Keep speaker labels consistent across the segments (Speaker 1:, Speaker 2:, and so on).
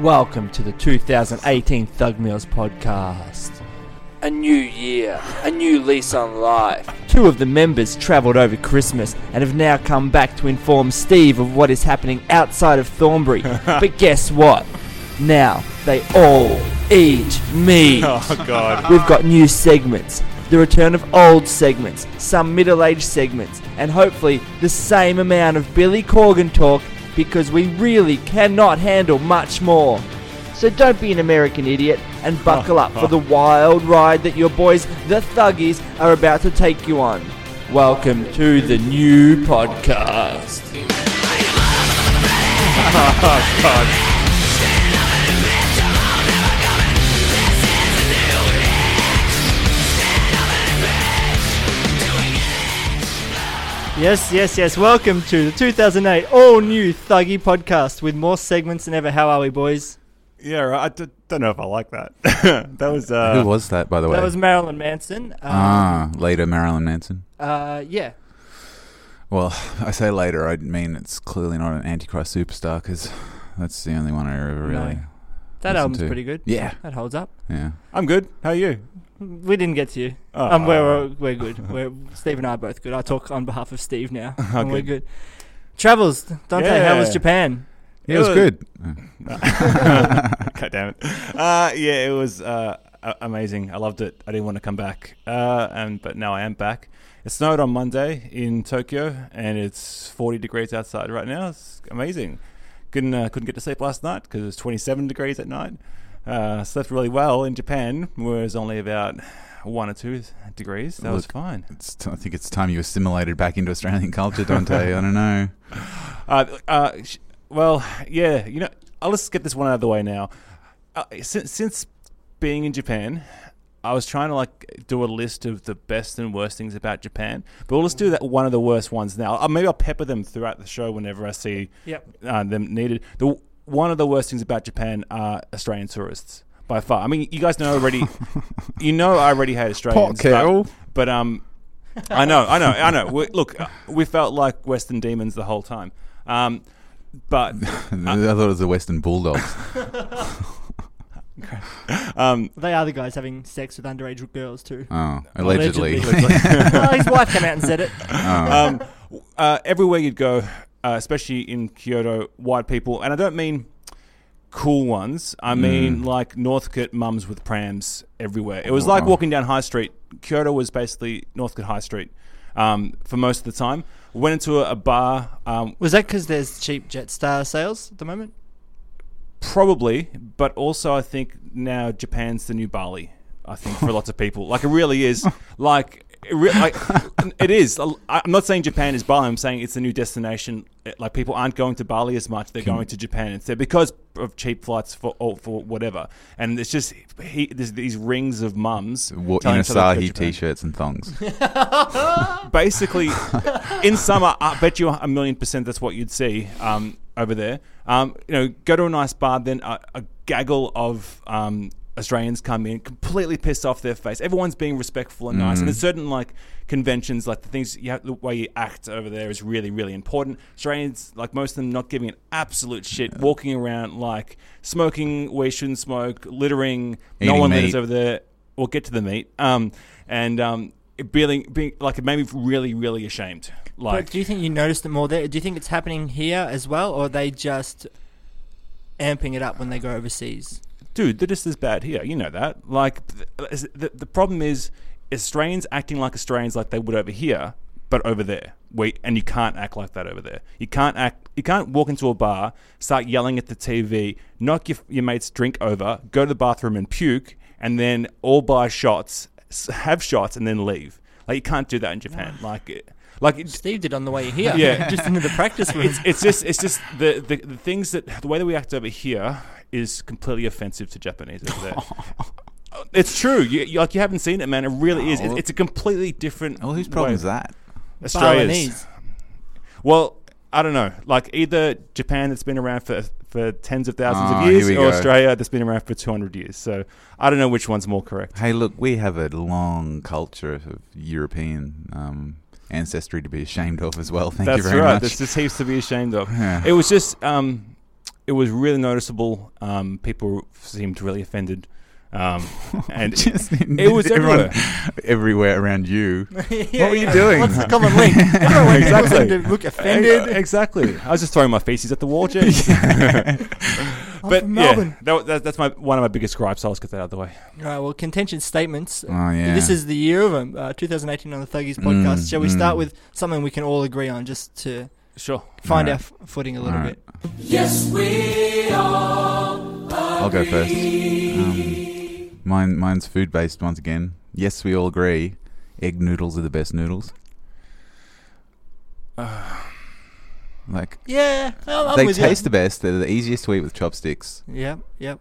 Speaker 1: Welcome to the 2018 Thug Meals podcast.
Speaker 2: A new year, a new lease on life.
Speaker 1: Two of the members travelled over Christmas and have now come back to inform Steve of what is happening outside of Thornbury. but guess what? Now they all eat meat.
Speaker 3: Oh god.
Speaker 1: We've got new segments, the return of old segments, some middle aged segments, and hopefully the same amount of Billy Corgan talk because we really cannot handle much more. So don't be an American idiot and buckle up for the wild ride that your boys, the Thuggies, are about to take you on. Welcome to the new podcast.
Speaker 4: Yes, yes, yes. Welcome to the 2008 all new Thuggy podcast with more segments than ever. How are we, boys?
Speaker 3: Yeah, right. I d- don't know if I like that. that was uh
Speaker 5: Who was that, by the way?
Speaker 4: That was Marilyn Manson. Uh,
Speaker 5: ah, later Marilyn Manson.
Speaker 4: uh, yeah.
Speaker 5: Well, I say later, I mean it's clearly not an Antichrist superstar because that's the only one I ever really.
Speaker 4: That
Speaker 5: Listen
Speaker 4: album's
Speaker 5: to-
Speaker 4: pretty good.
Speaker 5: Yeah,
Speaker 4: That holds up.
Speaker 5: yeah.
Speaker 3: I'm good. How are you?
Speaker 4: We didn't get to you.
Speaker 3: Oh,
Speaker 5: Ah.
Speaker 4: um, we're, we're good. We're, Steve and I are both good. I talk on behalf of Steve now. and we're good. Travels. Dante, how was
Speaker 3: Yeah.
Speaker 4: Japan?
Speaker 5: Yeah, it was good.
Speaker 3: God damn it. Uh yeah, it was uh a- amazing. I loved it. I didn't want to come back. Uh and but now I am back. It snowed on Monday in Tokyo and it's 40 degrees outside right now. It's amazing. Couldn't uh, couldn't get to sleep last night because it was 27 degrees at night. Uh, slept really well in Japan, where it's only about one or two degrees. That was
Speaker 5: Look,
Speaker 3: fine.
Speaker 5: It's t- I think it's time you assimilated back into Australian culture, Dante. I don't know.
Speaker 3: Uh, uh, sh- well, yeah, you know, I'll just get this one out of the way now. Uh, since, since being in Japan, I was trying to like do a list of the best and worst things about Japan, but we'll just do that one of the worst ones now. Uh, maybe I'll pepper them throughout the show whenever I see
Speaker 4: Yep.
Speaker 3: uh, them needed. The one of the worst things about Japan are Australian tourists by far. I mean, you guys know already. you know, I already hate Australians.
Speaker 5: Pot
Speaker 3: but-
Speaker 5: kettle.
Speaker 3: but um, I know, I know, I know. We, look, uh, we felt like Western demons the whole time. Um, but
Speaker 5: I thought it was the Western Bulldogs.
Speaker 3: um,
Speaker 4: They are the guys having sex with underage girls, too.
Speaker 5: Oh, allegedly.
Speaker 4: oh, his wife came out and said it.
Speaker 5: Oh.
Speaker 3: um, w- uh, everywhere you'd go, uh, especially in Kyoto, white people, and I don't mean cool ones. I mean like Northcote mums with prams everywhere. It was like
Speaker 5: Oh.
Speaker 3: walking down High Street. Kyoto was basically Northcote High Street um, for most of the time. Went into a, a bar um,
Speaker 4: Was that because there's cheap Jetstar sales at the moment?
Speaker 3: Probably, but also I think now Japan's the new Bali. I think for lots of people, like it really is. Like it, re- like, it is. I- I'm not saying Japan is Bali. I'm saying it's the new destination. It- Like people aren't going to Bali as much; they're going to Japan instead because of cheap flights for or for whatever. And it's just he, there's these rings of mums
Speaker 5: Wa-
Speaker 3: telling each other to go to
Speaker 5: Inasahi
Speaker 3: Japan.
Speaker 5: t-shirts and thongs.
Speaker 3: Basically, in summer, I bet you a million percent that's what you'd see um, over there. Um, you know, go to a nice bar, then a, a gaggle of um, Australians come in, completely pissed off their face. Everyone's being respectful and nice, and
Speaker 5: Mm.
Speaker 3: there's certain like conventions, like the things you have, the way you act over there is really, really important. Australians, like most of them, not giving an absolute shit, walking around like smoking where you shouldn't smoke, littering. no
Speaker 5: Eating
Speaker 3: one
Speaker 5: meat.
Speaker 3: litters over there. We'll get to the meat. Um, and um, it being, being like it made me really, really ashamed. Like,
Speaker 4: But do you think you noticed it more there? Do you think it's happening here as well, or are they just amping it up when they go overseas?
Speaker 3: dude, they're just as bad here. You know that. Like, the, the, the problem is Australians acting like Australians like they would over here, but over there. We, and you can't act like that over there. You can't act. You can't walk into a bar, start yelling at the TV, knock your, your mate's drink over, go to the bathroom and puke, and then all buy shots, s- have shots, and then leave. Like you can't do that in Japan. Like, it- like it-
Speaker 4: Steve did on the way here.
Speaker 3: Yeah.
Speaker 4: just into the practice room.
Speaker 3: it's just it's just the, the the things that the way that we act over here is completely offensive to Japanese over there. It's true. You, you, like you haven't seen it, man. It really is. It's,
Speaker 5: Oh.
Speaker 3: it's a completely different.
Speaker 5: well, whose
Speaker 3: way.
Speaker 5: problem is that?
Speaker 3: Australia's.
Speaker 4: Balinese.
Speaker 3: Well, I don't know. Like either Japan that's been around for for tens of thousands
Speaker 5: Ah,
Speaker 3: of
Speaker 5: here
Speaker 3: years, or
Speaker 5: we go.
Speaker 3: Australia that's been around for two hundred years. So I don't know which one's more correct.
Speaker 5: Hey, look, we have a long culture of European um, ancestry to be ashamed of as well. Thank
Speaker 3: That's
Speaker 5: you very
Speaker 3: right.
Speaker 5: much.
Speaker 3: There's just heaps to be ashamed of.
Speaker 5: Yeah.
Speaker 3: It was just um, it was really noticeable. Um, people seemed really offended. Um, and
Speaker 5: Just
Speaker 3: it was
Speaker 5: everyone, everywhere around you. what were you doing?
Speaker 4: What's the common link? Everyone wants people
Speaker 3: Exactly.
Speaker 4: to look
Speaker 3: Ex-
Speaker 4: offended.
Speaker 3: uh, Exactly. I was just throwing my feces at the wall, jeez. but
Speaker 4: from
Speaker 3: yeah,
Speaker 4: Melbourne.
Speaker 3: that, wa- that, that's my one of my biggest gripes. I'll just get that out of the way.
Speaker 4: All right, well, contention statements.
Speaker 5: Oh yeah.
Speaker 4: This is the year of them, uh, 2018 on the Thuggies podcast.
Speaker 5: Mm,
Speaker 4: Shall we
Speaker 5: mm.
Speaker 4: start with something we can all agree on just to
Speaker 3: Sure.
Speaker 4: find
Speaker 5: All
Speaker 4: our f- footing a little
Speaker 5: All
Speaker 4: bit?
Speaker 5: right. I'll go first. Um, mine, mine's food based once again. Yes, we all agree. Egg noodles are the best noodles. Like
Speaker 4: Yeah, I'm, I'm
Speaker 5: they
Speaker 4: with
Speaker 5: taste
Speaker 4: you.
Speaker 5: the best. They're the easiest to eat with chopsticks.
Speaker 4: Yep, yep.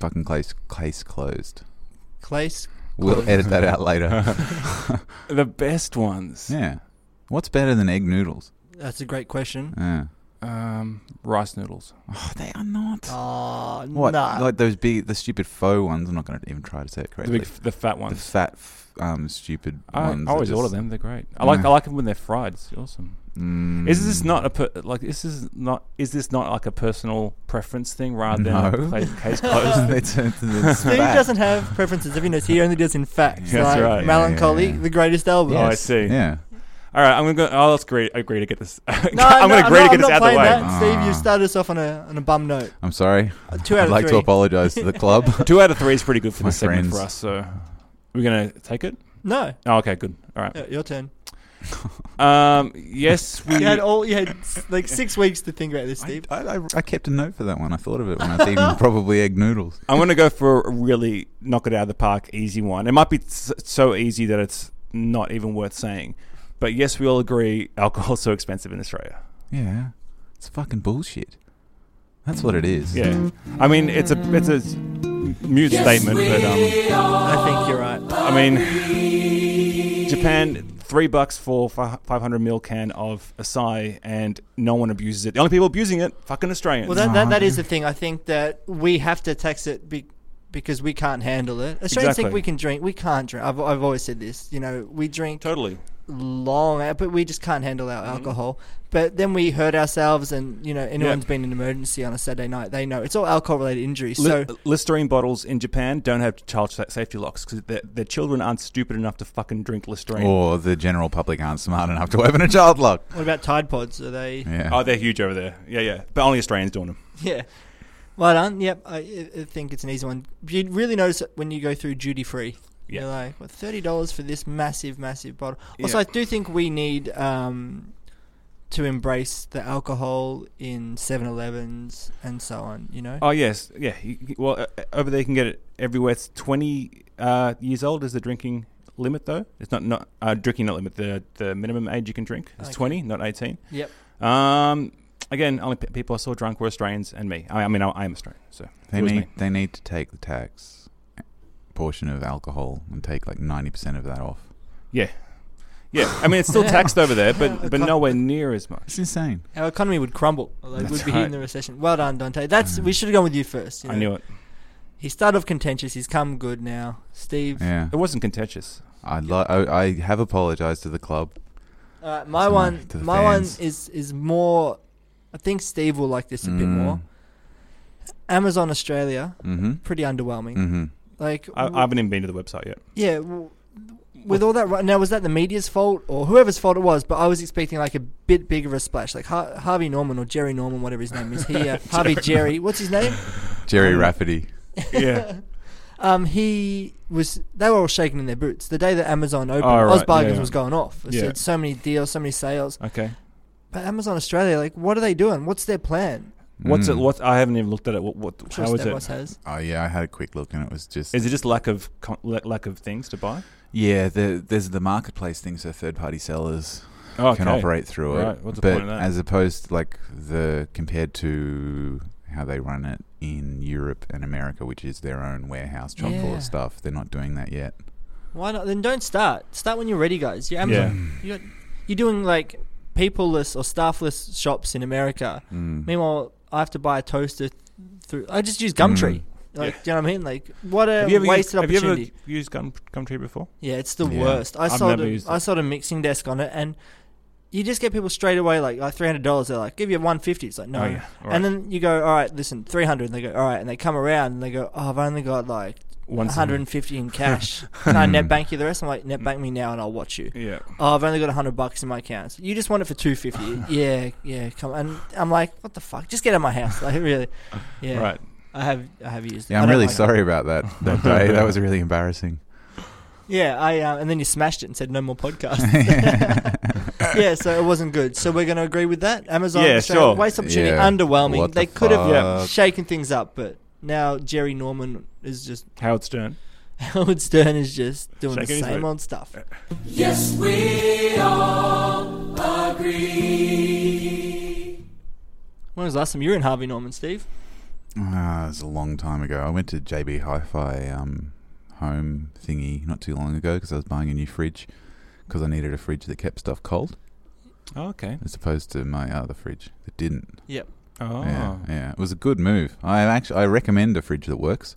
Speaker 5: Fucking case, case closed.
Speaker 4: Clace.
Speaker 5: We'll
Speaker 4: Closed.
Speaker 5: edit that out later.
Speaker 3: The best ones.
Speaker 5: yeah. What's better than egg noodles?
Speaker 4: That's a great question.
Speaker 5: Yeah.
Speaker 3: Um, rice noodles.
Speaker 5: Oh, they are not.
Speaker 4: Oh,
Speaker 5: What?
Speaker 4: nah.
Speaker 5: Like those big, the stupid faux ones. I'm not going to even try to say it
Speaker 3: The
Speaker 5: correctly.
Speaker 3: big, f- the fat
Speaker 5: The
Speaker 3: ones.
Speaker 5: fat, f- um, stupid
Speaker 3: I, I
Speaker 5: ones. that
Speaker 3: always
Speaker 5: just-
Speaker 3: order them. They're great. I like
Speaker 5: Yeah.
Speaker 3: I like them when they're fried. It's awesome.
Speaker 5: Mm.
Speaker 3: Is this not a per, like? Is this not? Is this not like a personal preference thing rather than
Speaker 5: No.
Speaker 3: a case, case closed? thing?
Speaker 5: it's, it's, it's
Speaker 4: Steve
Speaker 5: fat.
Speaker 4: doesn't have preferences. Have you noticed? He only does in facts.
Speaker 5: Yeah,
Speaker 3: that's
Speaker 4: like
Speaker 3: right. Yeah,
Speaker 4: Melancholy,
Speaker 5: yeah, yeah.
Speaker 4: the greatest album.
Speaker 3: Oh, I
Speaker 5: Yes.
Speaker 3: see.
Speaker 5: Yeah.
Speaker 3: All right, I'm gonna. Go, I'll agree. Agree to get this.
Speaker 4: No,
Speaker 3: I'm
Speaker 4: no,
Speaker 3: gonna agree
Speaker 4: no,
Speaker 3: to get
Speaker 4: I'm
Speaker 3: this
Speaker 4: not
Speaker 3: out of the
Speaker 4: playing
Speaker 3: way.
Speaker 4: that. Steve,
Speaker 5: Ah.
Speaker 4: you started us off on a on a bum note.
Speaker 5: I'm sorry.
Speaker 4: Uh, two out
Speaker 5: I'd
Speaker 4: of
Speaker 5: like
Speaker 4: three.
Speaker 5: to apologize to the club.
Speaker 3: Two out of three is pretty good for
Speaker 5: My
Speaker 3: this segment for
Speaker 5: friends.
Speaker 3: us. So we're gonna take it.
Speaker 4: No,
Speaker 3: Oh, okay, good. All right.
Speaker 4: Yeah, your turn.
Speaker 3: Um, yes, we.
Speaker 4: You had all you had s- like six weeks to think about this,
Speaker 5: I,
Speaker 4: Steve.
Speaker 5: I, I- I kept a note for that one. I thought of it when I was eating probably egg noodles.
Speaker 3: I'm gonna go for a really knock it out of the park, easy one. It might be s- so easy that it's not even worth saying. But yes, we all agree alcohol's so expensive in Australia.
Speaker 5: Yeah. It's fucking bullshit. That's what it is.
Speaker 3: Yeah, I mean it's a it's a s- mute statement, but um,
Speaker 4: I think you're right.
Speaker 3: I mean Japan three bucks for five hundred mil can of Asai, and no one abuses it. The only people abusing it, fucking Australians.
Speaker 4: Well, that, that that is the thing. I think that we have to tax it be, because we can't handle it. Australians
Speaker 3: Exactly.
Speaker 4: think we can drink. We can't drink. I've I've always said this. You know, we drink
Speaker 3: totally.
Speaker 4: long, uh, but we just can't handle our
Speaker 5: Mm-hmm.
Speaker 4: alcohol. But then we hurt ourselves, and you know, anyone's been in an emergency on a Saturday night, they know it's all alcohol related injuries.
Speaker 3: Li-
Speaker 4: So
Speaker 3: Listerine bottles in Japan don't have child sa- safety locks because their, their children aren't stupid enough to fucking drink Listerine.
Speaker 5: Or the general public aren't smart enough to open a child lock.
Speaker 4: what about Tide Pods? Are they?
Speaker 5: Yeah.
Speaker 3: Oh, they're huge over there. Yeah, yeah. But only Australians doing them.
Speaker 4: Yeah. Well done. Yep. I, I- I think it's an easy one. You really notice it when you go through duty free.
Speaker 3: Yeah.
Speaker 4: You're like, what, $30 for this massive, massive bottle? Also,
Speaker 3: Yeah.
Speaker 4: I do think we need um, to embrace the alcohol in 7 Elevens and so on, you know?
Speaker 3: Oh, yes. Yeah. You- you- Well, uh, uh, over there you can get it everywhere. It's 20 uh, years old is the drinking limit, though. It's not, not uh, drinking not limit. The, the minimum age you can drink is
Speaker 4: Okay.
Speaker 3: 20, not 18.
Speaker 4: Yep.
Speaker 3: Um, again, only pe- people I saw drunk were Australians and me. I, I mean, I, I am Australian, so.
Speaker 5: They
Speaker 3: it was
Speaker 5: need
Speaker 3: me.
Speaker 5: they need to take the tax portion of alcohol and take like ninety percent of that off.
Speaker 3: Yeah, I mean it's still taxed over there,
Speaker 4: Yeah.
Speaker 3: but but nowhere near as much.
Speaker 5: It's insane.
Speaker 4: Our economy would crumble. Like,
Speaker 3: That's
Speaker 4: we'd be hitting
Speaker 3: right. Mm.
Speaker 4: the recession. Well done, Dante. That's We should have gone with you first. You
Speaker 3: I
Speaker 4: know?
Speaker 3: knew it.
Speaker 4: He started off contentious. He's come good now. Steve.
Speaker 5: Yeah,
Speaker 3: It wasn't contentious.
Speaker 5: I lo- I, I have apologized to the club.
Speaker 4: Alright, uh, my
Speaker 5: Sorry
Speaker 4: one,
Speaker 5: to the
Speaker 4: my one
Speaker 5: fans.
Speaker 4: is is more. I think Steve will like this a bit
Speaker 3: Mm.
Speaker 4: more. Amazon Australia,
Speaker 5: Mm-hmm.
Speaker 4: pretty underwhelming.
Speaker 5: Mm-hmm.
Speaker 4: Like,
Speaker 3: I,
Speaker 4: w-
Speaker 3: I haven't e- even been to the website yet.
Speaker 4: yeah, w- with all that right now, was that the media's fault or whoever's fault it was? But I was expecting like a bit bigger of a splash, like Har- Harvey Norman or Jerry Norman, whatever his name is. He uh, Harvey Jerry, what's his name?
Speaker 5: Jerry Rafferty.
Speaker 3: Yeah.
Speaker 4: Um, he was. They were all shaking in their boots the day that Amazon opened.
Speaker 3: Oh, right,
Speaker 4: Oz Bargains
Speaker 3: yeah.
Speaker 4: was going off. It
Speaker 3: Yeah.
Speaker 4: said so many deals, so many sales.
Speaker 3: Okay.
Speaker 4: But Amazon Australia, like, what are they doing? What's their plan?
Speaker 3: What's it?
Speaker 5: Mm.
Speaker 3: What I haven't even looked at it. What? what
Speaker 4: Sure
Speaker 3: how is
Speaker 4: Steve
Speaker 3: it?
Speaker 4: Ross has.
Speaker 5: Oh yeah, I had a quick look and it was just
Speaker 3: Is it just lack of con- la- lack of things to buy?
Speaker 5: yeah. The, there's the marketplace thing, so third party sellers
Speaker 3: Oh, okay.
Speaker 5: can operate through it.
Speaker 3: Right, what's the
Speaker 5: but
Speaker 3: point of that?
Speaker 5: as opposed like the compared to how they run it in Europe and America, which is their own warehouse chock full
Speaker 4: Yeah.
Speaker 5: of stuff, they're not doing that yet.
Speaker 4: Why not? Then don't start. Start when you're ready, guys. You're Amazon. You're, you're doing like peopleless or staffless shops in America.
Speaker 5: Mm.
Speaker 4: Meanwhile, I have to buy a toaster th- through. I just use Gumtree.
Speaker 5: Mm.
Speaker 4: Like, do you know what I mean? Like, what a
Speaker 3: Have you ever used,
Speaker 4: Uh, wasted
Speaker 3: have you
Speaker 4: opportunity.
Speaker 3: ever used Gum, Gumtree before?
Speaker 4: yeah, it's the
Speaker 5: Yeah.
Speaker 4: worst. I
Speaker 3: I've
Speaker 4: sold
Speaker 3: never
Speaker 4: a,
Speaker 3: used
Speaker 4: I
Speaker 3: it.
Speaker 4: sold a mixing desk on it, and you just get people straight away like like three hundred dollars. They're like, give you one fifty. It's like no,
Speaker 3: Oh, yeah. All right.
Speaker 4: and then you go, all right, listen, three hundred. And they go, all right, and they come around and they go, oh, I've only got like one
Speaker 3: Once-
Speaker 4: hundred and fifty in cash. Can I
Speaker 3: Hmm.
Speaker 4: net bank you the rest? I'm like, net bank me now and I'll watch you.
Speaker 3: Yeah.
Speaker 4: Oh, I've only got hundred bucks in my account. You just want it for two fifty. yeah, yeah. Come and I'm like, what the fuck? Just get out of my house. Like really, yeah.
Speaker 3: Right.
Speaker 4: I have I have used. it.
Speaker 5: Yeah,
Speaker 4: I
Speaker 5: I'm
Speaker 4: don't
Speaker 5: really
Speaker 4: like it.
Speaker 5: sorry about that that day. That was really embarrassing.
Speaker 4: Yeah, I uh, and then you smashed it and said no more podcast.
Speaker 5: yeah,
Speaker 4: yeah, so it wasn't good. So we're going to agree with that. Amazon,
Speaker 3: Yeah,
Speaker 4: Australia,
Speaker 3: sure.
Speaker 4: waste opportunity,
Speaker 5: Yeah.
Speaker 4: underwhelming.
Speaker 5: What
Speaker 4: they
Speaker 5: the
Speaker 4: could have
Speaker 5: fuck?
Speaker 4: shaken things up, but now Jerry Norman is just
Speaker 3: Howard Stern.
Speaker 4: Howard Stern is just doing
Speaker 3: Shaking
Speaker 4: the
Speaker 3: his
Speaker 4: same
Speaker 3: head.
Speaker 4: old stuff.
Speaker 6: Uh, Yes, we all agree.
Speaker 4: When was the last time you were in Harvey Norman, Steve?
Speaker 5: Ah, it was a long time ago. I went to JB Hi-Fi um, home thingy not too long ago because I was buying a new fridge because I needed a fridge that kept stuff cold
Speaker 3: Oh, okay.
Speaker 5: as opposed to my other fridge that didn't.
Speaker 4: Ah.
Speaker 3: Oh.
Speaker 5: Yeah, yeah, it was a good move. I actually I recommend a fridge that works.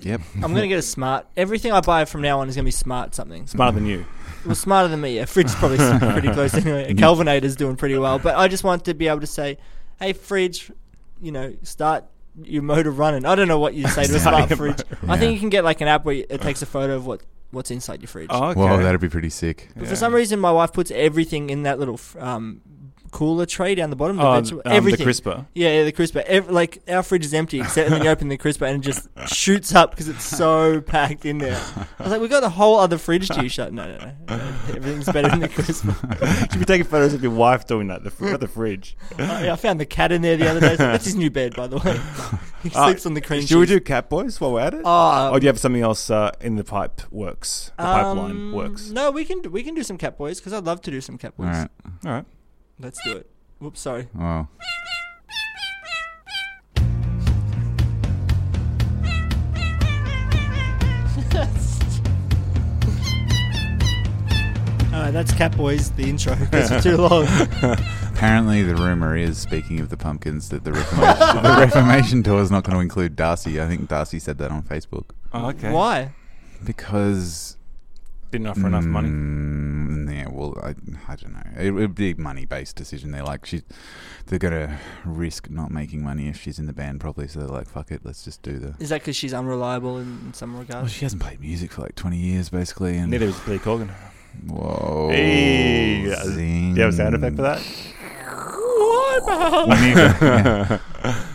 Speaker 5: Yep.
Speaker 4: I'm going to get a smart. Everything I buy from now on is going to be smart something.
Speaker 3: Smarter than you.
Speaker 4: Well, smarter than me. Yeah, fridge is probably pretty close anyway. A Calvinator's doing pretty well, but I just want to be able to say, "Hey, fridge, you know, start your motor running." I don't know what you say to a
Speaker 3: Start
Speaker 4: smart
Speaker 3: your
Speaker 4: fridge.
Speaker 3: motor
Speaker 4: I
Speaker 5: running.
Speaker 4: think you can get like an app where it takes a photo of what what's inside your fridge.
Speaker 3: Oh, okay.
Speaker 5: Whoa, that'd be pretty sick.
Speaker 4: But for some reason, my wife puts everything in that little f- um, cooler tray down the bottom. The
Speaker 3: oh,
Speaker 4: vegetable,
Speaker 3: um,
Speaker 4: everything.
Speaker 3: the crisper.
Speaker 4: Yeah, yeah, the crisper. Ev- like our fridge is empty, except when you open the crisper and it just shoots up because it's so packed in there. I was like, we got the whole other fridge to you shut. No, no, no. Everything's better than the crisper.
Speaker 3: Should be taking photos of your wife doing that. The, fr- at the fridge.
Speaker 4: Oh, yeah, I found the cat in there the other day. So that's his new bed, by the way. he
Speaker 3: Ah,
Speaker 4: sleeps on the cream.
Speaker 3: Should we
Speaker 4: cheese.
Speaker 3: do cat boys while we're at it?
Speaker 4: Oh,
Speaker 3: or do you have something else uh, in the pipe works? The pipeline
Speaker 4: um,
Speaker 3: works.
Speaker 4: No, we can do, we can do some cat boys because I'd love to do some cat
Speaker 5: All
Speaker 4: boys.
Speaker 5: right.
Speaker 3: All right.
Speaker 4: Let's do it. Whoops, sorry.
Speaker 5: Wow.
Speaker 4: All right, that's cat boys. The intro. It's too long.
Speaker 5: Apparently, the rumor is, speaking of the pumpkins, that the Reformation, the Reformation tour is not going to include Darcy. I think Darcy said that on Facebook
Speaker 3: Oh, okay.
Speaker 4: Why?
Speaker 5: because
Speaker 3: Didn't offer enough money.
Speaker 5: Mm, yeah, well, I, I don't know. It would be a money-based decision. They're like, she, they're gonna risk not making money if she's in the band properly. So they're like, fuck it, let's just do the.
Speaker 4: Is that because she's unreliable in, in some regard?
Speaker 5: Well, she hasn't played music for like twenty years, basically, and
Speaker 3: Neither is Billy Corgan.
Speaker 5: whoa,
Speaker 3: Hey, that was-
Speaker 5: zing.
Speaker 3: Do you have a sound effect for that?
Speaker 5: We need to- yeah.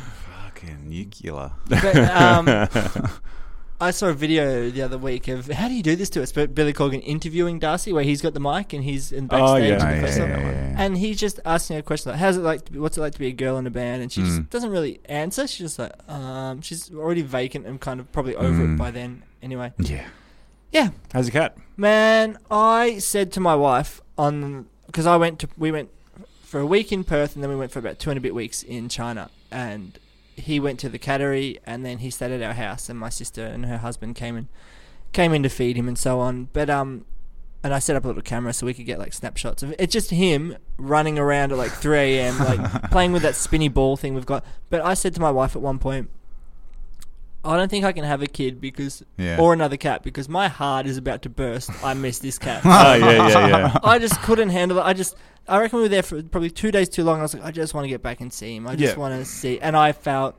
Speaker 5: Fucking nuclear.
Speaker 4: But, um, I saw a video the other week of how do you do this to us? But Billy Corgan interviewing Darcy, where he's got the mic and he's in
Speaker 3: Oh,
Speaker 4: backstage.
Speaker 3: yeah.
Speaker 4: in
Speaker 5: Oh,
Speaker 4: the
Speaker 5: yeah,
Speaker 4: first
Speaker 5: yeah,
Speaker 4: song.
Speaker 5: yeah, yeah.
Speaker 4: And he's just asking her a question like, "How's it like? To be, what's it like to be a girl in a band?" And she
Speaker 5: Mm.
Speaker 4: just doesn't really answer. She's just like, um, she's already vacant and kind of probably over
Speaker 5: Mm.
Speaker 4: it by then. Anyway,
Speaker 5: yeah.
Speaker 4: yeah,
Speaker 3: How's your cat?
Speaker 4: man, I said to my wife on because I went to we went for a week in Perth and then we went for about two and a bit weeks in China and he went to the cattery and then he stayed at our house and my sister and her husband came and came in to feed him and so on. But um, and I set up a little camera so we could get like snapshots of it's just him running around at like 3 a.m. like playing with that spinny ball thing we've got. But I said to my wife at one point, I don't think I can have a kid because
Speaker 5: Yeah.
Speaker 4: or another cat because my heart is about to burst. I miss this cat.
Speaker 3: Oh yeah, yeah, yeah.
Speaker 4: I just couldn't handle it. I just, I reckon we were there for probably two days too long. I was like, I just want to get back and see him. I just
Speaker 3: Yeah.
Speaker 4: want to see, and I felt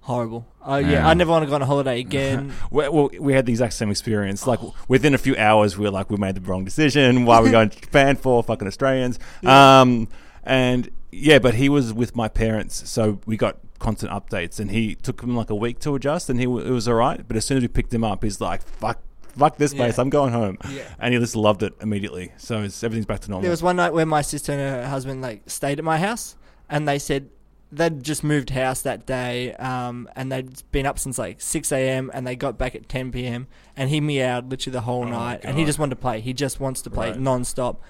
Speaker 4: horrible. I, yeah,
Speaker 5: Yeah.
Speaker 4: I never want to go on a holiday again.
Speaker 3: Well, well, we had the exact same experience. Like within a few hours, we were like, we made the wrong decision. Why are we going to Japan for fucking Australians? Um, and yeah, but he was with my parents, so we got constant updates. And he took him like a week to adjust, and he w- it was all right. But as soon as we picked him up, he's like, fuck. Fuck this place!
Speaker 4: Yeah.
Speaker 3: I'm going home,
Speaker 4: Yeah.
Speaker 3: and he just loved it immediately. So it's, everything's back to normal.
Speaker 4: There was one night where my sister and her husband like stayed at my house, and they said they'd just moved house that day, um, and they'd been up since like six a.m. and they got back at ten p.m. and he meowed literally the whole
Speaker 3: Oh,
Speaker 4: night, and he
Speaker 3: God.
Speaker 4: just wanted to play. He just wants to play
Speaker 3: Right.
Speaker 4: non-stop,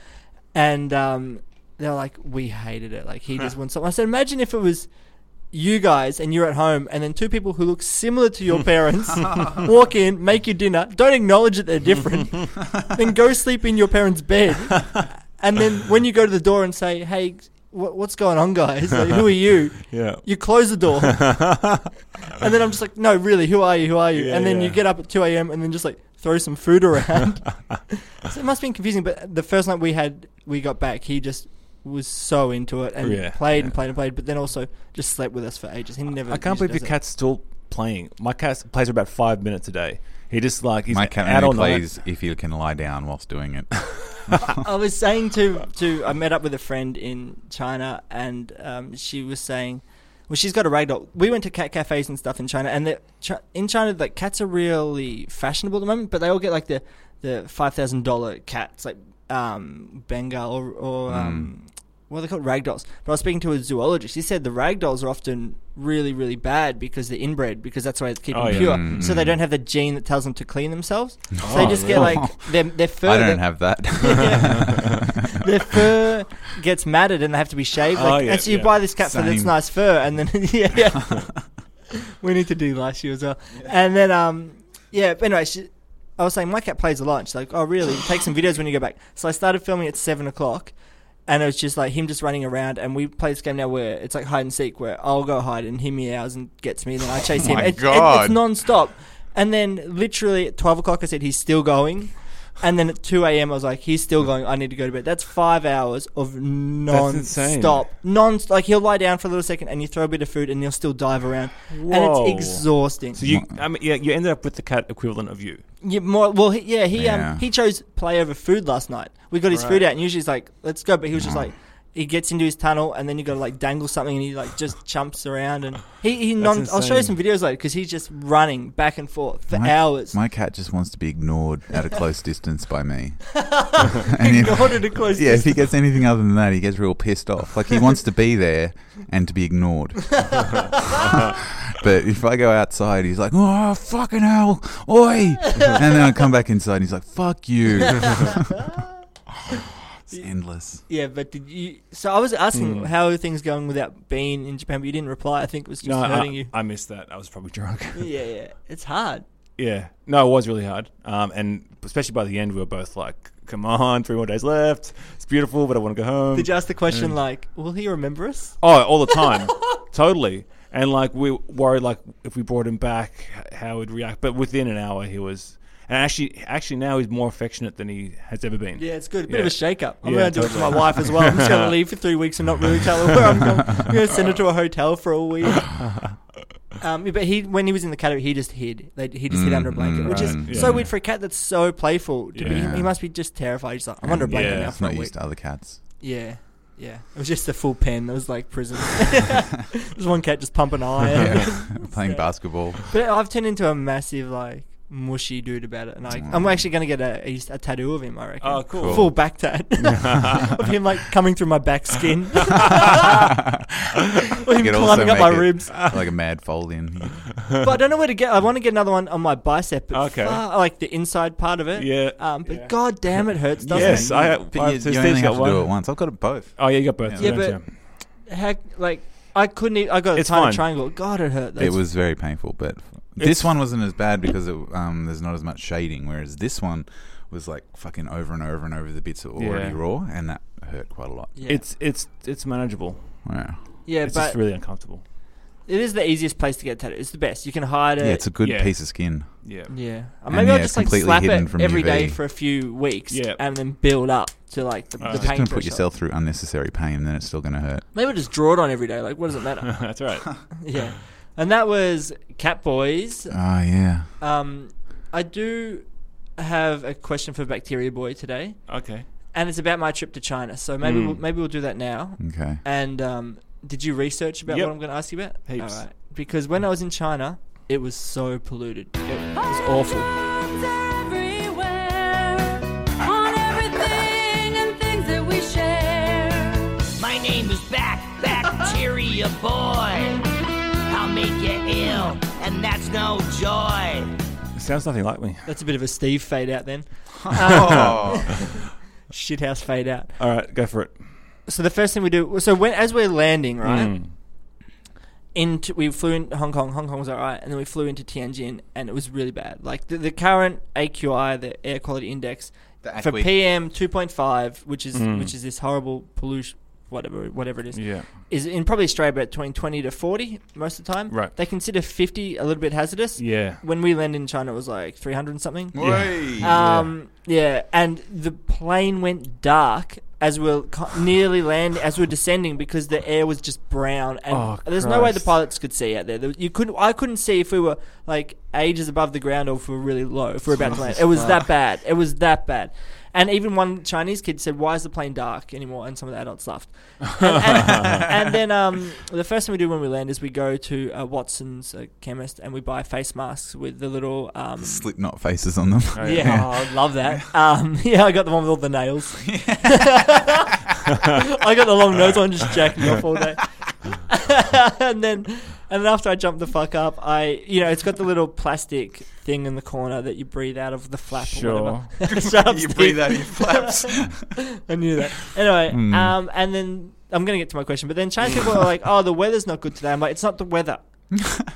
Speaker 4: and um, they were like, we hated it. Like he just wants something. I said, imagine if it was. You guys and you're at home, and then two people who look similar to your parents walk in, make you dinner, don't acknowledge that they're different, then go sleep in your parents' bed, and then when you go to the door and say, "Hey, what, what's going on, guys? Like, who are you?"
Speaker 3: yeah,
Speaker 4: You close the door, and then I'm just like, "No, really, who are you? Who are you?"
Speaker 3: Yeah,
Speaker 4: and then
Speaker 3: yeah.
Speaker 4: you get up at two a.m. and then just like throw some food around. so it must have been confusing. But the first night we had, we got back, he just was so into it and
Speaker 3: Yeah,
Speaker 4: played and
Speaker 3: yeah.
Speaker 4: played and played. But then also just slept with us for ages. He never.
Speaker 3: I can't
Speaker 4: usually
Speaker 3: believe your
Speaker 4: does it.
Speaker 3: cat's still playing. My cat plays for about five minutes a day. He just like he's
Speaker 5: My cat
Speaker 3: out all
Speaker 5: only
Speaker 3: night.
Speaker 5: plays if he can lie down whilst doing it.
Speaker 4: I was saying to to I met up with a friend in China, and um, she was saying, well, she's got a ragdoll. We went to cat cafes and stuff in China, and the, Chi- in China, like cats are really fashionable at the moment, but they all get like the the five thousand dollar cats, like um, Bengal or, or
Speaker 3: Hmm.
Speaker 4: um, what are they called ragdolls. But I was speaking to a zoologist. He said the ragdolls are often really really bad because they're inbred because that's why they keep
Speaker 3: Oh,
Speaker 4: them
Speaker 3: yeah.
Speaker 4: pure.
Speaker 5: Mm,
Speaker 4: So they
Speaker 5: mm.
Speaker 4: don't have the gene that tells them to clean themselves. so
Speaker 3: Oh,
Speaker 4: they just get
Speaker 5: really?
Speaker 4: like their their fur.
Speaker 5: I
Speaker 4: their-
Speaker 5: don't have that.
Speaker 4: their fur gets matted and they have to be shaved.
Speaker 3: Oh,
Speaker 4: Like,
Speaker 3: yeah,
Speaker 4: and so you
Speaker 3: yeah.
Speaker 4: buy this cat for its
Speaker 5: Same.
Speaker 4: nice fur, and then yeah, yeah. we need to do last uh, year as well. And then um, yeah. But anyway, she, I was saying my cat plays a lot. And she's like, oh really? Take some videos when you go back. So I started filming at seven o'clock. And it was just like him just running around, and we play this game now where it's like hide and seek, where I'll go hide and he meows and gets me, and then
Speaker 3: Oh
Speaker 4: I chase him.
Speaker 5: my
Speaker 4: It's-
Speaker 5: God.
Speaker 4: it's non-stop. And then literally at twelve o'clock, I said he's still going. And then at 2 a.m., I was like, he's still going. I need to go to bed. That's five hours of non
Speaker 3: insane.
Speaker 4: stop. Non Like, he'll lie down for a little second and you throw a bit of food and he'll still dive around.
Speaker 3: Whoa.
Speaker 4: And it's exhausting.
Speaker 3: So you, I mean, yeah, you ended up with the cat equivalent of you.
Speaker 4: Yeah, more, well, he, yeah, he
Speaker 5: Yeah.
Speaker 4: Um, he chose play over food last night. We got his
Speaker 3: Right. Mm.
Speaker 4: food out, and usually he's like, "Let's go," but he was just
Speaker 5: No.
Speaker 4: like, he gets into his tunnel, and then you got to like dangle something, and he like just chumps around, and he, he
Speaker 3: That's
Speaker 4: non. I'll show you
Speaker 3: insane.
Speaker 4: some videos later because he's just running back and forth for
Speaker 5: My-
Speaker 4: hours.
Speaker 5: My cat just wants to be ignored at a close distance by me. And if-
Speaker 4: Ignored at a close
Speaker 5: yeah, if he gets anything other than that, he gets real pissed off. Like he wants to be there and to be ignored. but if I go outside, he's like, "Oh fucking hell, oi!" And then I come back inside, and he's like, "Fuck you." it's endless.
Speaker 4: Yeah, but did you? So I was asking
Speaker 3: Hmm.
Speaker 4: how are things going without being in Japan, but you didn't reply. I think it was just
Speaker 3: No, I,
Speaker 4: hurting you.
Speaker 3: I missed that. I was probably drunk.
Speaker 4: yeah, yeah, it's hard.
Speaker 3: yeah, no, it was really hard. Um, and especially by the end, we were both like, "Come on, three more days left. It's beautiful, but I want to go home."
Speaker 4: Did you ask the question like, will he remember us?
Speaker 3: Oh, all the time, totally. And like we worried, like if we brought him back, h- how he'd react. But within an hour, he was. And actually, actually now he's more affectionate than he has ever been.
Speaker 4: Yeah, it's good. A bit
Speaker 3: Yeah.
Speaker 4: of a shake-up. I'm
Speaker 3: Yeah,
Speaker 4: going to do it to my wife as well. I'm just going to leave for three weeks and not really tell her where I'm going. I'm going to send her to a hotel for a week. Um, but he, when he was in the category, he just hid. They, he just hid
Speaker 5: Mm,
Speaker 4: under a blanket,
Speaker 5: mm,
Speaker 4: which is
Speaker 5: right.
Speaker 4: so
Speaker 3: Yeah.
Speaker 4: weird for a cat that's so playful. To
Speaker 3: Yeah.
Speaker 4: be, he must be just terrified. He's like, I'm under a blanket
Speaker 3: Yeah,
Speaker 4: now
Speaker 5: It's
Speaker 4: for a
Speaker 5: not
Speaker 4: week.
Speaker 5: used to other cats.
Speaker 4: Yeah, yeah. It was just a full pen. It was like prison. There's one cat just pumping iron.
Speaker 5: Yeah, playing basketball.
Speaker 4: But I've turned into a massive like mushy dude about it, and I, I'm
Speaker 5: Mm.
Speaker 4: actually gonna get a, a, a tattoo of him. I reckon.
Speaker 3: Oh, cool.
Speaker 5: Cool.
Speaker 4: Full back tat of him like coming through my back skin, or him
Speaker 5: could also
Speaker 4: climbing up my
Speaker 5: make it-
Speaker 4: ribs.
Speaker 5: like a mad fold in.
Speaker 4: But I don't know where to get. I want to get another one on my bicep. But
Speaker 3: Okay.
Speaker 4: okay. like the inside part of it.
Speaker 3: Yeah.
Speaker 4: Um, but
Speaker 3: Yeah.
Speaker 4: god damn, it hurts, doesn't
Speaker 3: Yes,
Speaker 4: it?
Speaker 3: I, I
Speaker 5: But you,
Speaker 3: so
Speaker 5: you
Speaker 3: Steve's
Speaker 5: only have
Speaker 3: got
Speaker 5: to
Speaker 3: one.
Speaker 5: do it once. I've got it both.
Speaker 3: Oh yeah, you got both.
Speaker 4: Yeah,
Speaker 3: don't
Speaker 4: but-
Speaker 3: you?
Speaker 4: Heck, like I couldn't. Even, I got a
Speaker 3: It's
Speaker 4: tiny
Speaker 3: fine.
Speaker 4: triangle. God, it hurt.
Speaker 5: it was very painful, but
Speaker 3: It's-
Speaker 5: this one wasn't as bad because it, um, there's not as much shading. Whereas this one was like fucking over and over and over the bits that were already
Speaker 3: Yeah.
Speaker 5: raw, and that hurt quite a lot.
Speaker 4: Yeah,
Speaker 3: it's it's it's manageable.
Speaker 5: Wow.
Speaker 4: yeah,
Speaker 3: it's
Speaker 4: but
Speaker 3: just really uncomfortable.
Speaker 4: it is the easiest place to get tattooed. It's the best. You can hide it.
Speaker 5: Yeah, it's a good
Speaker 3: yeah.
Speaker 5: piece of skin.
Speaker 3: Yeah.
Speaker 4: Yeah, Uh,
Speaker 5: And
Speaker 4: maybe
Speaker 5: yeah,
Speaker 4: I'll
Speaker 5: it's
Speaker 4: just like
Speaker 5: completely
Speaker 4: slap
Speaker 5: hidden
Speaker 4: it
Speaker 5: from
Speaker 4: every
Speaker 5: UV.
Speaker 4: day for a few weeks,
Speaker 3: Yeah.
Speaker 4: and then build up to like the,
Speaker 3: Uh,
Speaker 4: the
Speaker 5: You're just
Speaker 4: pain.
Speaker 5: gonna put
Speaker 4: threshold.
Speaker 5: yourself through unnecessary pain, and then it's still gonna hurt.
Speaker 4: Maybe I'll just draw it on every day. Like, what does it matter?
Speaker 3: That's right.
Speaker 4: yeah, and that was Cat Boys.
Speaker 5: Oh yeah.
Speaker 4: Um, I do have a question for Bacteria Boy today,
Speaker 3: Okay.
Speaker 4: and it's about my trip to China. So maybe
Speaker 5: Hmm.
Speaker 3: Mm.
Speaker 4: we'll, maybe we'll do that now.
Speaker 5: Okay.
Speaker 4: And um, did you research about
Speaker 3: Yep.
Speaker 4: what I'm going to ask you about?
Speaker 3: Heaps.
Speaker 4: All right. Because when I was in China, it was so polluted. It was awful.
Speaker 7: My name is Back Bacteria Boy. I'll make you ill, and that's no joy.
Speaker 3: sounds nothing like me.
Speaker 4: That's a bit of a Steve fade out then. Shithouse fade out.
Speaker 3: All right, go for it.
Speaker 4: So the first thing we do, so when as we're landing, right,
Speaker 3: Mm.
Speaker 4: into we flew into Hong Kong. Hong Kong was alright, and then we flew into Tianjin, and it was really bad. Like the, the current AQI, the air quality index
Speaker 5: The
Speaker 4: for
Speaker 5: AQI.
Speaker 4: PM two point five, which is which is this horrible pollution whatever whatever it is
Speaker 3: Hmm. Yeah.
Speaker 4: is in probably Australia about between 20 to 40 most of the time.
Speaker 3: Right.
Speaker 4: They consider 50 a little bit hazardous.
Speaker 3: Yeah.
Speaker 4: When we landed in China, it was like 300 and something.
Speaker 5: Whey!
Speaker 4: Um, yeah, and the plane went dark as we were co- nearly land as we were descending because the air was just brown, and
Speaker 3: Oh,
Speaker 4: there's no way the
Speaker 3: Christ.
Speaker 4: pilots could see out there. There was- You couldn't. I couldn't see if we were like ages above the ground or if we were really low. If we were about to land, it was that bad. It was that bad. And even one Chinese kid said, "Why is the plane dark anymore?" And some of the adults laughed. And, and, and then um, the first thing we do when we land is we go to uh, Watson's uh, chemist and we buy face masks with the little um,
Speaker 5: Slipknot faces on them.
Speaker 4: yeah, oh, I love that. Um, yeah, I got the one with all the nails. I got the long nose on, just jacking off all day. and then, and then after I jumped the fuck up, I, you know, it's got the little plastic thing in the corner that you breathe out of the flap or
Speaker 3: Sure.
Speaker 4: whatever. Shut up,
Speaker 5: you
Speaker 4: Steve.
Speaker 5: breathe out your flaps.
Speaker 4: I knew that. Anyway,
Speaker 5: Hmm.
Speaker 4: um, and then I'm gonna get to my question, but then Chinese people are like, "Oh, the weather's not good today." I'm like, "It's not the weather.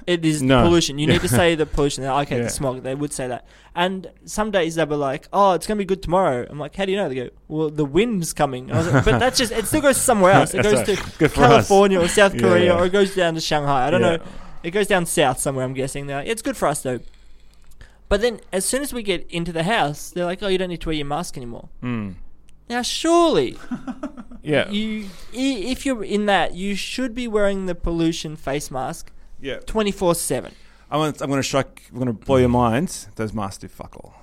Speaker 4: It is
Speaker 3: No.
Speaker 4: pollution. You
Speaker 3: Yeah.
Speaker 4: need to say the pollution." They're like, okay,
Speaker 3: Yeah.
Speaker 4: the smog. They would say that. And some days they'll be like, "Oh, it's gonna be good tomorrow." I'm like, "How do you know?" They go, "Well, the wind's coming." I was like, but that's just it. Still goes somewhere else. It
Speaker 3: That's
Speaker 4: goes
Speaker 3: right.
Speaker 4: to
Speaker 3: Good for us.
Speaker 4: California or South
Speaker 3: Yeah,
Speaker 4: Korea,
Speaker 3: yeah.
Speaker 4: or it goes down to Shanghai. I don't
Speaker 3: Yeah.
Speaker 4: know. It goes down south somewhere. I'm guessing. They're like, "It's good for us though." But then, as soon as we get into the house, they're like, "Oh, you don't need to wear your mask anymore."
Speaker 3: Mm.
Speaker 4: Now, surely
Speaker 3: Yeah.
Speaker 4: you i- if you're in that you should be wearing the pollution face mask
Speaker 3: Yeah.
Speaker 4: 24/7
Speaker 3: I'm gonna, I'm gonna shock. I'm gonna blow your minds. Those masks do fuck all.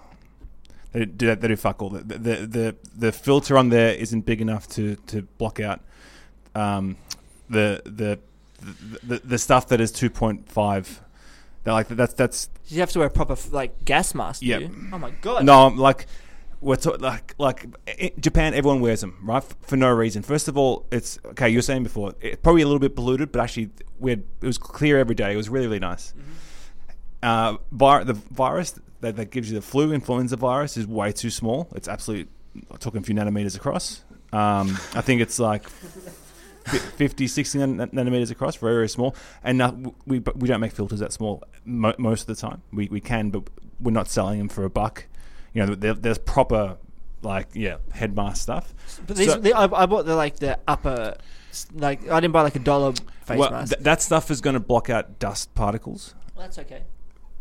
Speaker 3: They do, they do fuck all. The, the the the filter on there isn't big enough to, to block out um, the, the the the stuff that is 2.5. They're like that's that's
Speaker 4: you have to wear a proper f- like gas mask do
Speaker 3: Yep.
Speaker 4: you? oh my god
Speaker 3: no, I'm like we're ta- like like in Japan. Everyone wears them, right? F- For no reason. First of all, it's okay. You were saying before it's probably a little bit polluted, but actually, we had, it was clear every day. It was really really nice. Uh, vir- the virus that, that gives you the flu influenza virus is way too small. It's absolutely I'm talking a few nanometers across. Um, I think it's like. fi- 50, 60 nan- nanometers across, very, very small. And uh, w- we but we don't make filters that small mo- most of the time. We, we can, but we're not selling them for a buck. You know, there, there's proper, like, yeah, head mask stuff.
Speaker 4: but these,
Speaker 3: So-
Speaker 4: they, I, I bought the like the upper s- like I didn't buy like a dollar face
Speaker 3: well,
Speaker 4: mask
Speaker 3: th- that stuff is going to block out dust particles.
Speaker 4: that's okay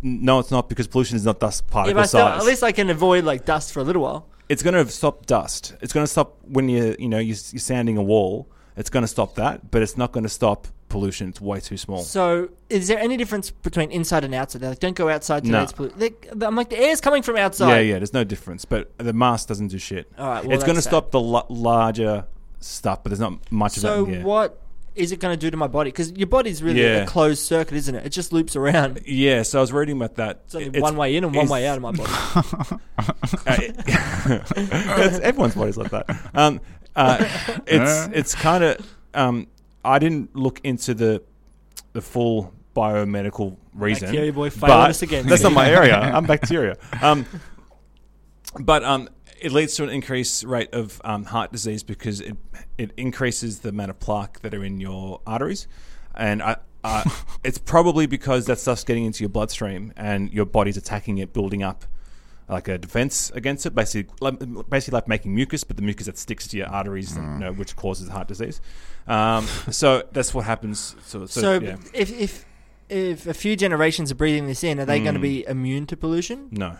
Speaker 3: N- No, it's not because pollution is not dust
Speaker 4: yeah,
Speaker 3: particle
Speaker 4: but I still,
Speaker 3: size.
Speaker 4: at least I can avoid like dust for a little while
Speaker 3: it's going to stop dust. It's going to stop when you you know you're, you're sanding a wall. It's going to stop that, but it's not going to stop pollution. It's way too small.
Speaker 4: so is there any difference between inside and outside they're like don't go outside today
Speaker 3: No.
Speaker 4: it's pollu-" They- I'm like the air's coming from outside
Speaker 3: Yeah, yeah. There's no difference, but the mask doesn't do shit.
Speaker 4: All right, well,
Speaker 3: it's going to
Speaker 4: that's sad.
Speaker 3: stop the l- larger stuff, but there's not much
Speaker 4: so
Speaker 3: of it. Yeah.
Speaker 4: what is it going to do to my body because your body's really
Speaker 3: Yeah.
Speaker 4: a closed circuit isn't it it just loops around
Speaker 3: Yeah, so I was reading about that.
Speaker 4: It's only one way in and one way out of my body.
Speaker 3: Uh, it- it's, everyone's body's like that. Um, uh, it's it's kind of. Um, I didn't look into the the full biomedical reason.
Speaker 4: Bacteria boy failed
Speaker 3: but
Speaker 4: us again.
Speaker 3: That's not my area. I'm bacteria. Um, but um, it leads to an increased rate of um, heart disease because it it increases the amount of plaque that are in your arteries, and I. Uh, it's probably because that stuff's getting into your bloodstream and your body's attacking it, building up like a defense against it, basically, like, basically like making mucus, but the mucus that sticks to your arteries, you know, which causes heart disease. Um, so that's what happens. So, so,
Speaker 4: So
Speaker 3: yeah,
Speaker 4: if if if a few generations are breathing this in, are they going to be immune to pollution?
Speaker 3: no,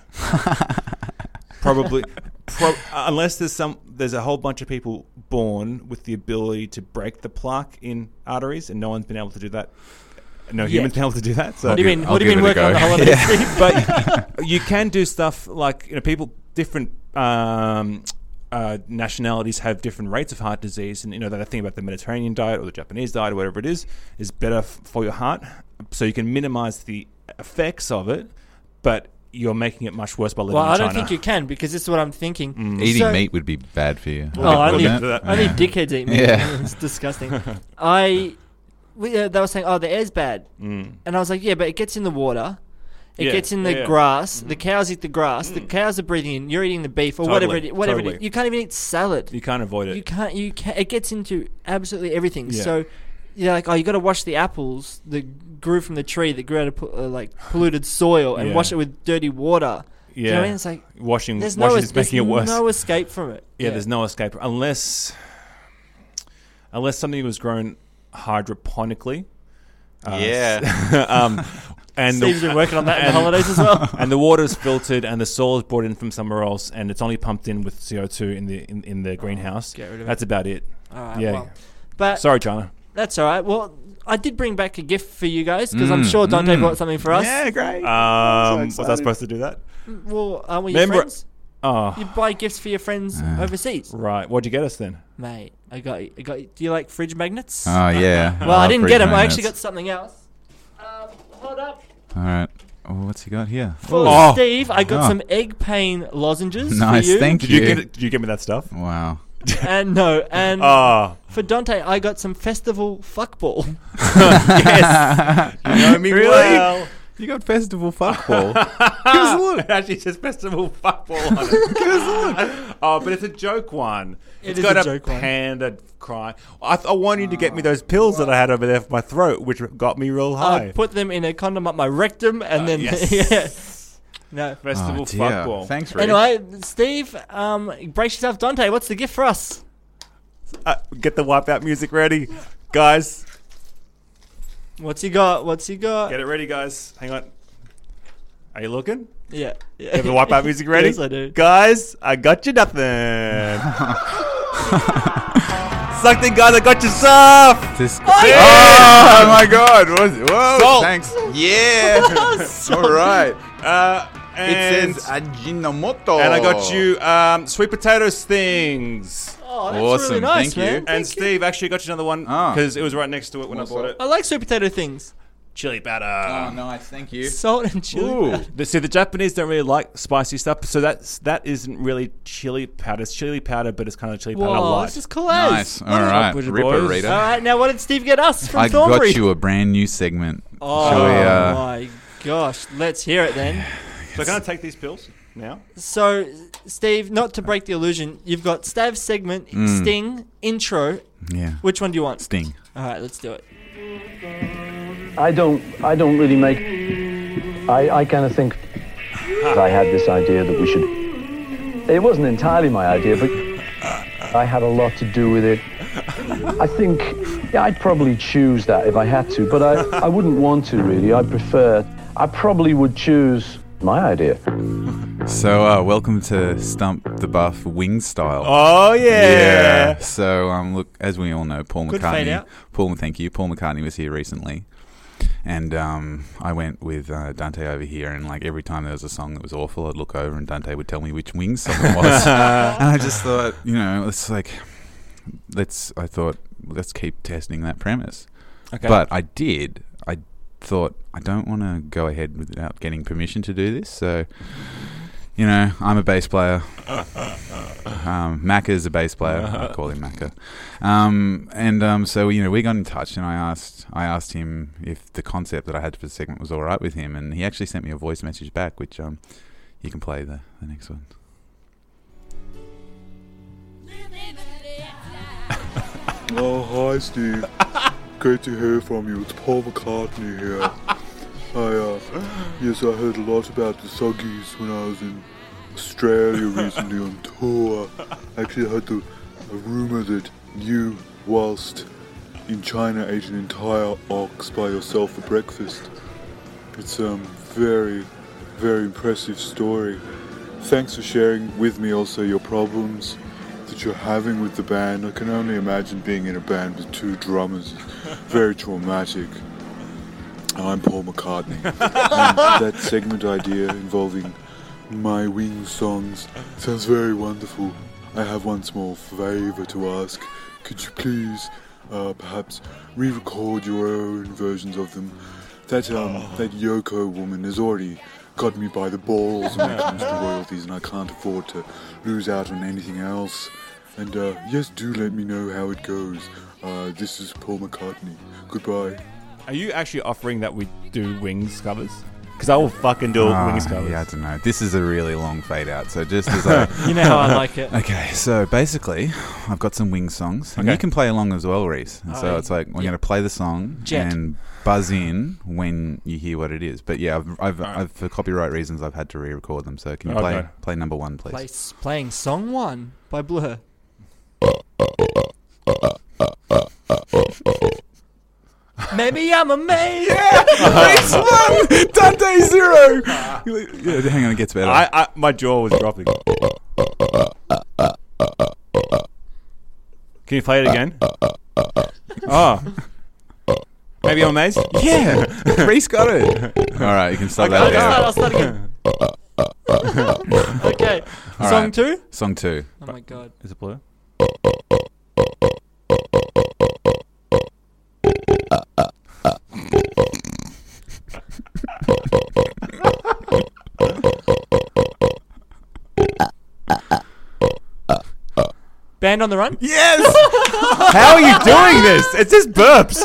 Speaker 3: probably, pro- unless there's some, there's a whole bunch of people born with the ability to break the plaque in arteries, and no one's been able to do that. No human's been able to do that. So
Speaker 4: What do you
Speaker 5: give-
Speaker 4: mean?
Speaker 5: I'll
Speaker 4: what do you
Speaker 5: give
Speaker 4: mean
Speaker 5: it a
Speaker 4: working on
Speaker 5: go.
Speaker 4: the holiday?
Speaker 3: but you can do stuff like you know people different um, uh, nationalities have different rates of heart disease, and you know that thing about the Mediterranean diet or the Japanese diet or whatever it is is better f- for your heart, so you can minimize the effects of it, but you're making it much worse by living
Speaker 4: Well,
Speaker 3: in
Speaker 4: I don't
Speaker 3: China.
Speaker 4: think you can because this is what I'm thinking.
Speaker 5: Mm. Eating
Speaker 4: So-
Speaker 5: meat would be bad for you.
Speaker 4: Oh, I only,
Speaker 5: Wouldn't it?
Speaker 4: only dickheads eat meat.
Speaker 5: Yeah.
Speaker 4: it's disgusting. I we, uh, they were saying, oh, the air's bad, and I was like, yeah, but it gets in the water. It
Speaker 3: Mm. Yeah,
Speaker 4: gets in the
Speaker 3: yeah, yeah.
Speaker 4: grass. The cows eat the grass. The cows are breathing in. You're eating the beef or whatever.
Speaker 3: Totally,
Speaker 4: It, whatever it
Speaker 3: totally.
Speaker 4: is. you can't even eat salad.
Speaker 3: You can't avoid it.
Speaker 4: You can't. You can, it gets into absolutely everything.
Speaker 3: Yeah.
Speaker 4: So you're like, oh, you got to wash the apples that grew from the tree that grew out of pol- uh, like polluted soil and
Speaker 3: Yeah.
Speaker 4: wash it with dirty water.
Speaker 3: yeah,
Speaker 4: You know what I mean? It's like
Speaker 3: washing
Speaker 4: there's
Speaker 3: washing
Speaker 4: no, e-, es-
Speaker 3: is making it
Speaker 4: there's
Speaker 3: worse.
Speaker 4: no escape from it.
Speaker 3: yeah, there's no escape unless unless something was grown hydroponically. Uh,
Speaker 8: yeah.
Speaker 3: um, and
Speaker 4: Steve's been working on that in the
Speaker 3: and-
Speaker 4: holidays as well.
Speaker 3: and the water is filtered and the soil is brought in from somewhere else and it's only pumped in with CO2 in the in, in the greenhouse.
Speaker 4: Oh, get rid of it.
Speaker 3: That's about it.
Speaker 4: All right,
Speaker 3: yeah.
Speaker 4: well, but
Speaker 3: Sorry, China.
Speaker 4: that's all right. Well, I did bring back a gift for you guys because
Speaker 3: Mm.
Speaker 4: I'm sure Dante brought something for us.
Speaker 3: Um,
Speaker 5: great.
Speaker 3: was I
Speaker 5: excited.
Speaker 3: supposed to do that?
Speaker 4: Well, aren't we your
Speaker 3: Remember- Ah.
Speaker 4: friends? You
Speaker 3: Oh,
Speaker 4: buy gifts for your friends overseas,
Speaker 3: right. What'd you get us then?
Speaker 4: mate. I got, I got. Do you like fridge magnets?
Speaker 3: Ah,
Speaker 5: Oh yeah.
Speaker 4: well, I didn't get them. I actually got
Speaker 5: Magnets.
Speaker 4: something else. Um, hold up.
Speaker 5: All right. Oh, what's he got here?
Speaker 4: For
Speaker 3: Oh.
Speaker 4: Steve, I got
Speaker 5: Oh.
Speaker 4: some egg pain lozenges
Speaker 5: Nice.
Speaker 4: for you.
Speaker 5: Thank
Speaker 3: Did
Speaker 5: you.
Speaker 3: you get? it- Did you give me that stuff?
Speaker 5: Wow.
Speaker 4: And no, and
Speaker 3: Oh,
Speaker 4: for Dante, I got some festival fuckball.
Speaker 3: yes. you know me
Speaker 5: Really?
Speaker 3: well.
Speaker 5: You got festival fuckball.
Speaker 3: It actually says festival fuckball on it. Oh, but it's a joke one. it's
Speaker 4: is
Speaker 3: got
Speaker 4: a
Speaker 3: a,
Speaker 4: joke one.
Speaker 3: panda crying. I, th- I wanted you to get me those pills that I had over there for my throat, which got me real high.
Speaker 4: I put them in a condom up my rectum, and then
Speaker 3: Ah, yes.
Speaker 4: yeah, no.
Speaker 3: festival
Speaker 5: oh, dear.
Speaker 3: fuckball.
Speaker 5: Thanks, Rick.
Speaker 4: Anyway, Steve, um, brace yourself, Dante. What's the gift for us?
Speaker 3: Uh, get the wipeout music ready, guys.
Speaker 4: What's he got? What's he got?
Speaker 3: Get it ready, guys. Hang on. Are you looking?
Speaker 4: Yeah, yeah.
Speaker 3: Have the wipeout music ready?
Speaker 4: Yes, I do.
Speaker 3: Guys, I got you nothing. Something, guys. I got you stuff.
Speaker 5: This- oh my god. What is- Whoa.
Speaker 8: Salt.
Speaker 5: Thanks.
Speaker 4: Oh,
Speaker 8: Yeah.
Speaker 5: All right.
Speaker 3: Uh, and
Speaker 5: it says Ajinomoto.
Speaker 3: And I got you um, sweet potatoes things.
Speaker 4: Oh, that's
Speaker 5: Awesome,
Speaker 4: really nice,
Speaker 5: thank you.
Speaker 4: man.
Speaker 3: and Steve actually got you another one
Speaker 5: Ah.
Speaker 3: because it was right next to it when I bought it.
Speaker 4: I like sweet potato things.
Speaker 3: Chili batter.
Speaker 5: Oh, nice. Thank you.
Speaker 4: Salt and chili. powder.
Speaker 3: The- See, the Japanese don't really like spicy stuff, so that's that isn't really chili powder. It's chili powder, but it's kind of chili powder
Speaker 4: Whoa,
Speaker 3: light.
Speaker 4: this is cool
Speaker 5: Nice.
Speaker 4: as.
Speaker 5: All right.
Speaker 3: with you
Speaker 5: Ripper
Speaker 3: boys?
Speaker 5: reader.
Speaker 4: All right, now what did Steve get us from
Speaker 5: I
Speaker 4: Thornbury?
Speaker 5: got you a brand new segment.
Speaker 4: Oh
Speaker 5: Shall we, uh,
Speaker 4: my gosh, let's hear it then.
Speaker 3: So can I take these pills now?
Speaker 4: So, Steve, not to break the illusion, you've got Stav's segment, Sting, intro.
Speaker 5: yeah.
Speaker 4: Which one do you want?
Speaker 5: Hmm. Sting.
Speaker 4: All right, let's do it.
Speaker 9: I don't. I don't really make. I. I kind of think that I had this idea that we should. It wasn't entirely my idea, but I had a lot to do with it. I think. Yeah, I'd probably choose that if I had to, but I. I wouldn't want to really. I prefer. I probably would choose my idea.
Speaker 5: So, uh, welcome to Stump the Buff Wing Style.
Speaker 3: Oh
Speaker 5: Yeah. So, um, look, as we all know, Paul
Speaker 4: Good fade
Speaker 5: McCartney.
Speaker 4: out.
Speaker 5: Paul, thank you. Paul McCartney was here recently, and um, I went with uh, Dante over here, and like every time there was a song that was awful, I'd look over, and Dante would tell me which Wings song it was, and I just thought, you know, it's like, let's. I thought, let's keep testing that premise.
Speaker 3: Okay.
Speaker 5: But I did. I thought I don't want to go ahead without getting permission to do this. So, you know, I'm a bass player. Um, Macca is a bass player. I call him Macca. Um, and um, so you know, we got in touch, and I asked, I asked him if the concept that I had for the segment was all right with him, and he actually sent me a voice message back, which um, you can play the, the next one.
Speaker 10: Oh, hi, Steve. Great to hear from you. It's Paul McCartney here. I, uh, yes, I heard a lot about the Suggies when I was in Australia recently on tour. Actually, I heard the a rumor that you, whilst in China, ate an entire ox by yourself for breakfast. It's um very, very impressive story. Thanks for sharing with me also your problems that you're having with the band. I can only imagine being in a band with two drummers. It's very traumatic. I'm Paul McCartney. and that segment idea involving my wing songs sounds very wonderful. I have one small favour to ask. Could you please, uh, perhaps, re-record your own versions of them? That um, that Yoko woman has already got me by the balls when it comes to royalties, and I can't afford to lose out on anything else. And uh, yes, do let me know how it goes. Uh, this is Paul McCartney. Goodbye.
Speaker 3: Are you actually offering that we do wings covers? Because I will fucking do
Speaker 5: Ah,
Speaker 3: wings covers.
Speaker 5: yeah, I don't know. This is a really long fade out. So just as I
Speaker 4: You know how I like it.
Speaker 5: Okay, so basically, I've got some wing songs, and
Speaker 3: Okay.
Speaker 5: you can play along as well, Reese. And so
Speaker 4: Oh,
Speaker 5: it's like we're
Speaker 4: yeah.
Speaker 5: going to play the song
Speaker 4: Jet.
Speaker 5: and buzz in when you hear what it is. But yeah, I've, I've, I've for copyright reasons, I've had to re-record them. So can you play
Speaker 3: Okay.
Speaker 5: play number one, please?
Speaker 4: Place, playing song one by Blur. Maybe I'm a man.
Speaker 5: Dante zero.
Speaker 4: Ah.
Speaker 5: yeah, hang on, it gets better.
Speaker 3: I, I, my jaw was dropping. Can you play it again? Oh. Maybe I'm amazed?
Speaker 5: yeah, Reese got it. All right, you can start that.
Speaker 4: I'll start,
Speaker 5: there.
Speaker 4: I'll start again. okay.
Speaker 5: All
Speaker 4: Song
Speaker 5: right.
Speaker 4: two?
Speaker 5: Song two.
Speaker 4: Oh my god.
Speaker 3: Is it blue?
Speaker 4: Band on the Run?
Speaker 5: Yes.
Speaker 3: How are you doing this? It's just burps.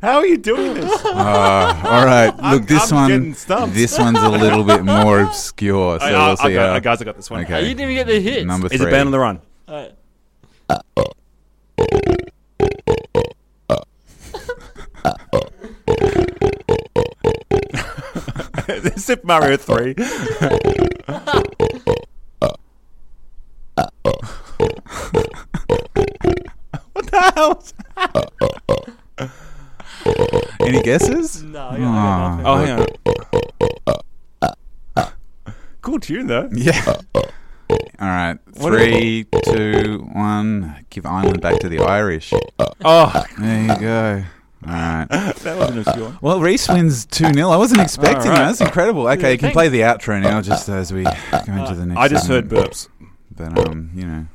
Speaker 3: How are you doing this?
Speaker 5: Ah, all right. Look, this
Speaker 3: I'm
Speaker 5: one.
Speaker 3: getting stumped.
Speaker 5: This one's a little bit more obscure. So
Speaker 3: I,
Speaker 5: we'll
Speaker 3: I, I
Speaker 5: see.
Speaker 3: got,
Speaker 5: how-
Speaker 3: I guys, I got this one.
Speaker 5: okay.
Speaker 4: You didn't even get the hits.
Speaker 5: Number three.
Speaker 3: Is it Band on the Run?
Speaker 4: Alright.
Speaker 3: Sip Mario 3. what the hell?
Speaker 5: Any guesses?
Speaker 4: No, I got, I got
Speaker 5: Ah.
Speaker 4: nothing.
Speaker 3: Oh, hang on. Cool tune, though.
Speaker 5: Yeah. All right. Three, two, one. Give Ireland back to the Irish.
Speaker 3: Oh,
Speaker 5: There you go. All right.
Speaker 3: that was an obscure one.
Speaker 5: Well, Reese wins 2 0. I wasn't expecting
Speaker 3: All right.
Speaker 5: that. That's incredible. Okay, you can play the outro now just as we go into the next
Speaker 3: Uh, I just heard
Speaker 5: segment.
Speaker 3: burps.
Speaker 5: But, um, you know.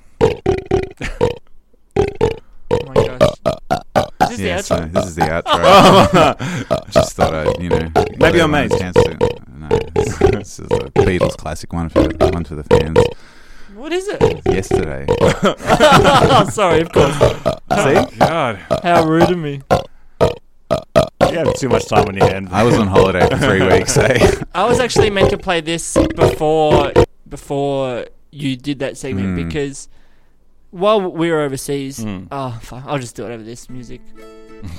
Speaker 4: Oh my gosh. Is this
Speaker 5: yeah,
Speaker 4: the outro?
Speaker 5: so this is the outro. just thought I'd, you know.
Speaker 3: Maybe I'm
Speaker 5: everyone a
Speaker 3: amazed.
Speaker 5: chance to- No, this, this is a Beatles classic one for, one for the fans.
Speaker 4: What is it?
Speaker 5: Yesterday.
Speaker 4: oh, sorry, of course.
Speaker 5: See?
Speaker 3: God.
Speaker 4: How rude of me.
Speaker 3: You have too much time on your hands.
Speaker 5: I was on holiday for three weeks, eh?
Speaker 4: I was actually meant to play this before before you did that segment
Speaker 5: Mm.
Speaker 4: because while we were overseas,
Speaker 3: Mm.
Speaker 4: oh fuck, I'll just do it over this music.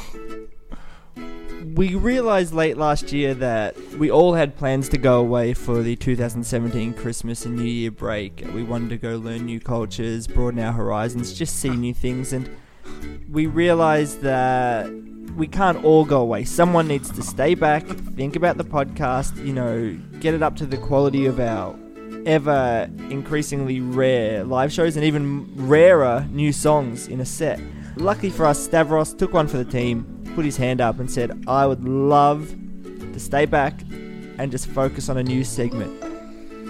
Speaker 1: We realised late last year that we all had plans to go away for the 2017 Christmas and New Year break. We wanted to go learn new cultures, broaden our horizons, just see new things, and we realised that we can't all go away. Someone needs to stay back, think about the podcast, you know, get it up to the quality of our ever increasingly rare live shows and even rarer new songs in a set. Lucky for us, Stavros took one for the team, put his hand up, and said, I would love to stay back and just focus on a new segment.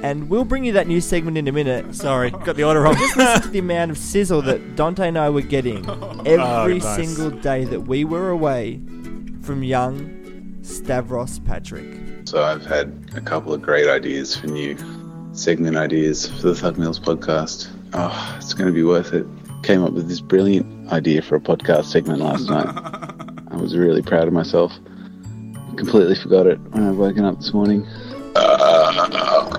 Speaker 1: And we'll bring you that new segment in a minute.
Speaker 4: Sorry, got the order wrong.
Speaker 1: Just listen to the amount of sizzle that Dante and I were getting
Speaker 4: Oh,
Speaker 1: every
Speaker 3: nice.
Speaker 1: single day that we were away from young Stavros Patrick.
Speaker 8: So I've had a couple of great ideas for new segment ideas for the Thug Mills podcast. Oh, it's going to be worth it. Came up with this brilliant idea for a podcast segment last night. I was really proud of myself. Completely forgot it when I woken up this morning. Ah,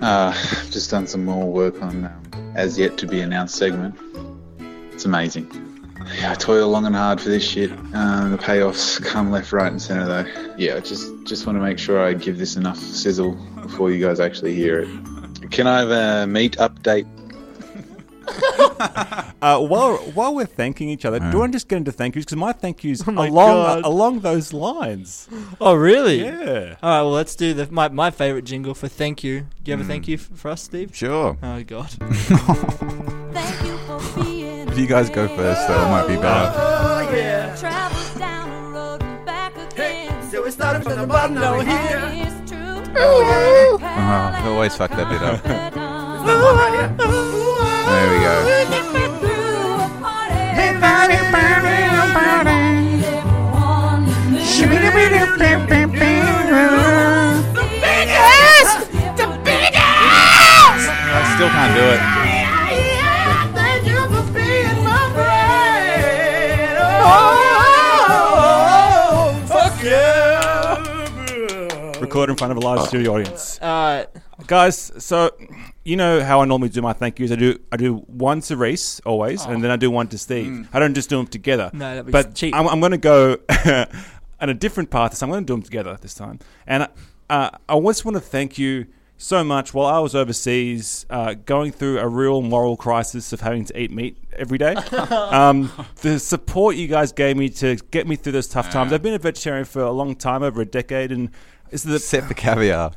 Speaker 8: Uh, I've just done some more work on um, as yet to be announced segment. It's amazing. Yeah, I toil long and hard for this shit. Uh, the payoffs come left, right, and centre though. Yeah, I just just want to make sure I give this enough sizzle before you guys actually hear it. Can I have a meat update?
Speaker 3: Uh, while while we're thanking each other, do I just get into thank yous? Because Oh my thank yous
Speaker 4: my
Speaker 3: along
Speaker 4: God.
Speaker 3: along those lines.
Speaker 4: oh really?
Speaker 3: Yeah.
Speaker 4: All right, well let's do the my my favorite jingle for thank you. Do you have a
Speaker 1: Mm.
Speaker 4: thank you f- for us, Steve?
Speaker 5: Sure.
Speaker 4: Oh god.
Speaker 11: Thank you for being
Speaker 5: If you guys go first, though, it might be better.
Speaker 1: Oh,
Speaker 11: away. Travel down the road and back again.
Speaker 1: So we started from the bottom, now we're here.
Speaker 11: That is true.
Speaker 5: Uh, I always fuck that bit up. There
Speaker 11: There
Speaker 5: we go.
Speaker 11: biggest! The biggest!
Speaker 5: I still can't do it.
Speaker 11: Thank you for being my friend.
Speaker 3: Record in front of a live studio audience.
Speaker 4: Uh,
Speaker 3: guys so you know how i normally do my thank yous i do i do one to reese always and then i do one to steve i don't just do them together
Speaker 4: Oh. Hmm. No, that'd be
Speaker 3: but
Speaker 4: cheap.
Speaker 3: i'm, I'm going to go on a different path so i'm going to do them together this time and uh, i just want to thank you so much while I was overseas, uh, going through a real moral crisis of having to eat meat every day. um, the support you guys gave me to get me through those tough times. I've been a vegetarian for a long time, over a decade, and it's the
Speaker 5: except for caviar,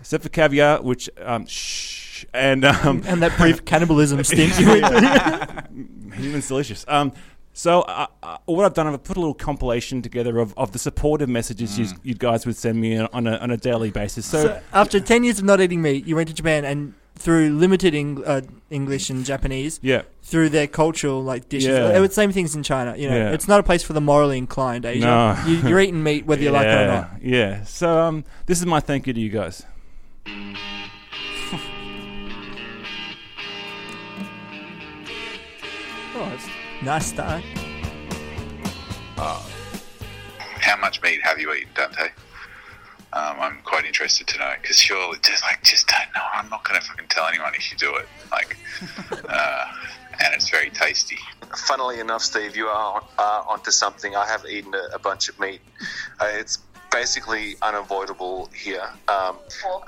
Speaker 3: except for caviar, which um, shh, and um,
Speaker 4: And that brief cannibalism stint you went
Speaker 3: Human's Mm, delicious. Um, so uh, uh, what I've done, I've put a little compilation together of, of the supportive messages you, you guys would send me on a, on a daily basis. So,
Speaker 4: Mm. So after ten years of not eating meat, you went to Japan and through limited Eng- uh, English and Japanese,
Speaker 3: Yeah.
Speaker 4: through their cultural like dishes,
Speaker 3: Yeah.
Speaker 4: it was same things in China. You know,
Speaker 3: Yeah.
Speaker 4: it's not a place for the morally inclined Asia.
Speaker 3: No.
Speaker 4: You, you're eating meat whether you like it or not.
Speaker 3: Yeah, Yeah. So um, this is my thank you to you guys.
Speaker 4: Oh, that's nice start.
Speaker 12: How much meat have you eaten, Dante? Um, I'm quite interested to know because you're just like, just don't know. I'm not going to fucking tell anyone if you do it. Like, uh, and it's very tasty.
Speaker 13: Funnily enough, Steve, you are uh, onto something. I have eaten a, a bunch of meat. Uh, it's basically unavoidable here. Um,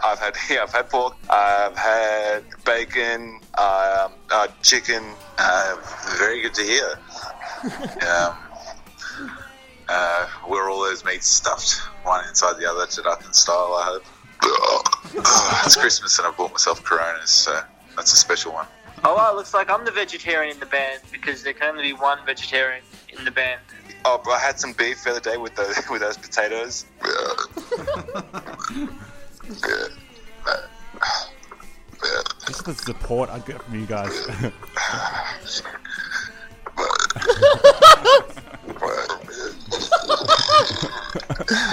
Speaker 13: I've had yeah, I've had pork, I've had bacon, um, uh, chicken. Uh,
Speaker 12: Very good to hear. um, uh, were all those meats stuffed, one inside the other, Jonathan style? I hope. it's Christmas and I bought myself Coronas, so that's a special one.
Speaker 14: Oh, wow, looks like I'm the vegetarian in the band because there can only be one vegetarian in the band.
Speaker 13: oh, I had some beef the other day with those with those potatoes.
Speaker 3: This is the support I get from you guys.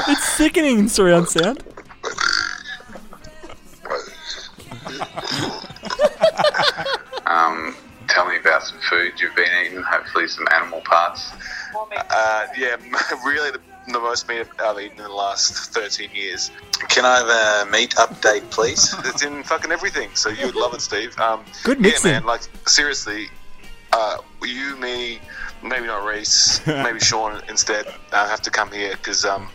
Speaker 4: It's sickening in surround sound.
Speaker 12: Um, tell me about some food you've been eating, hopefully some animal parts.
Speaker 13: Uh, yeah, really the, the most meat I've eaten in the last 13 years. Can I have a meat update, please? it's in fucking everything, so you would love it, Steve. Um,
Speaker 4: Good mixing.
Speaker 13: Yeah, man, like, seriously, uh, you, me, maybe not Reese, maybe Sean instead, uh, have to come here because um,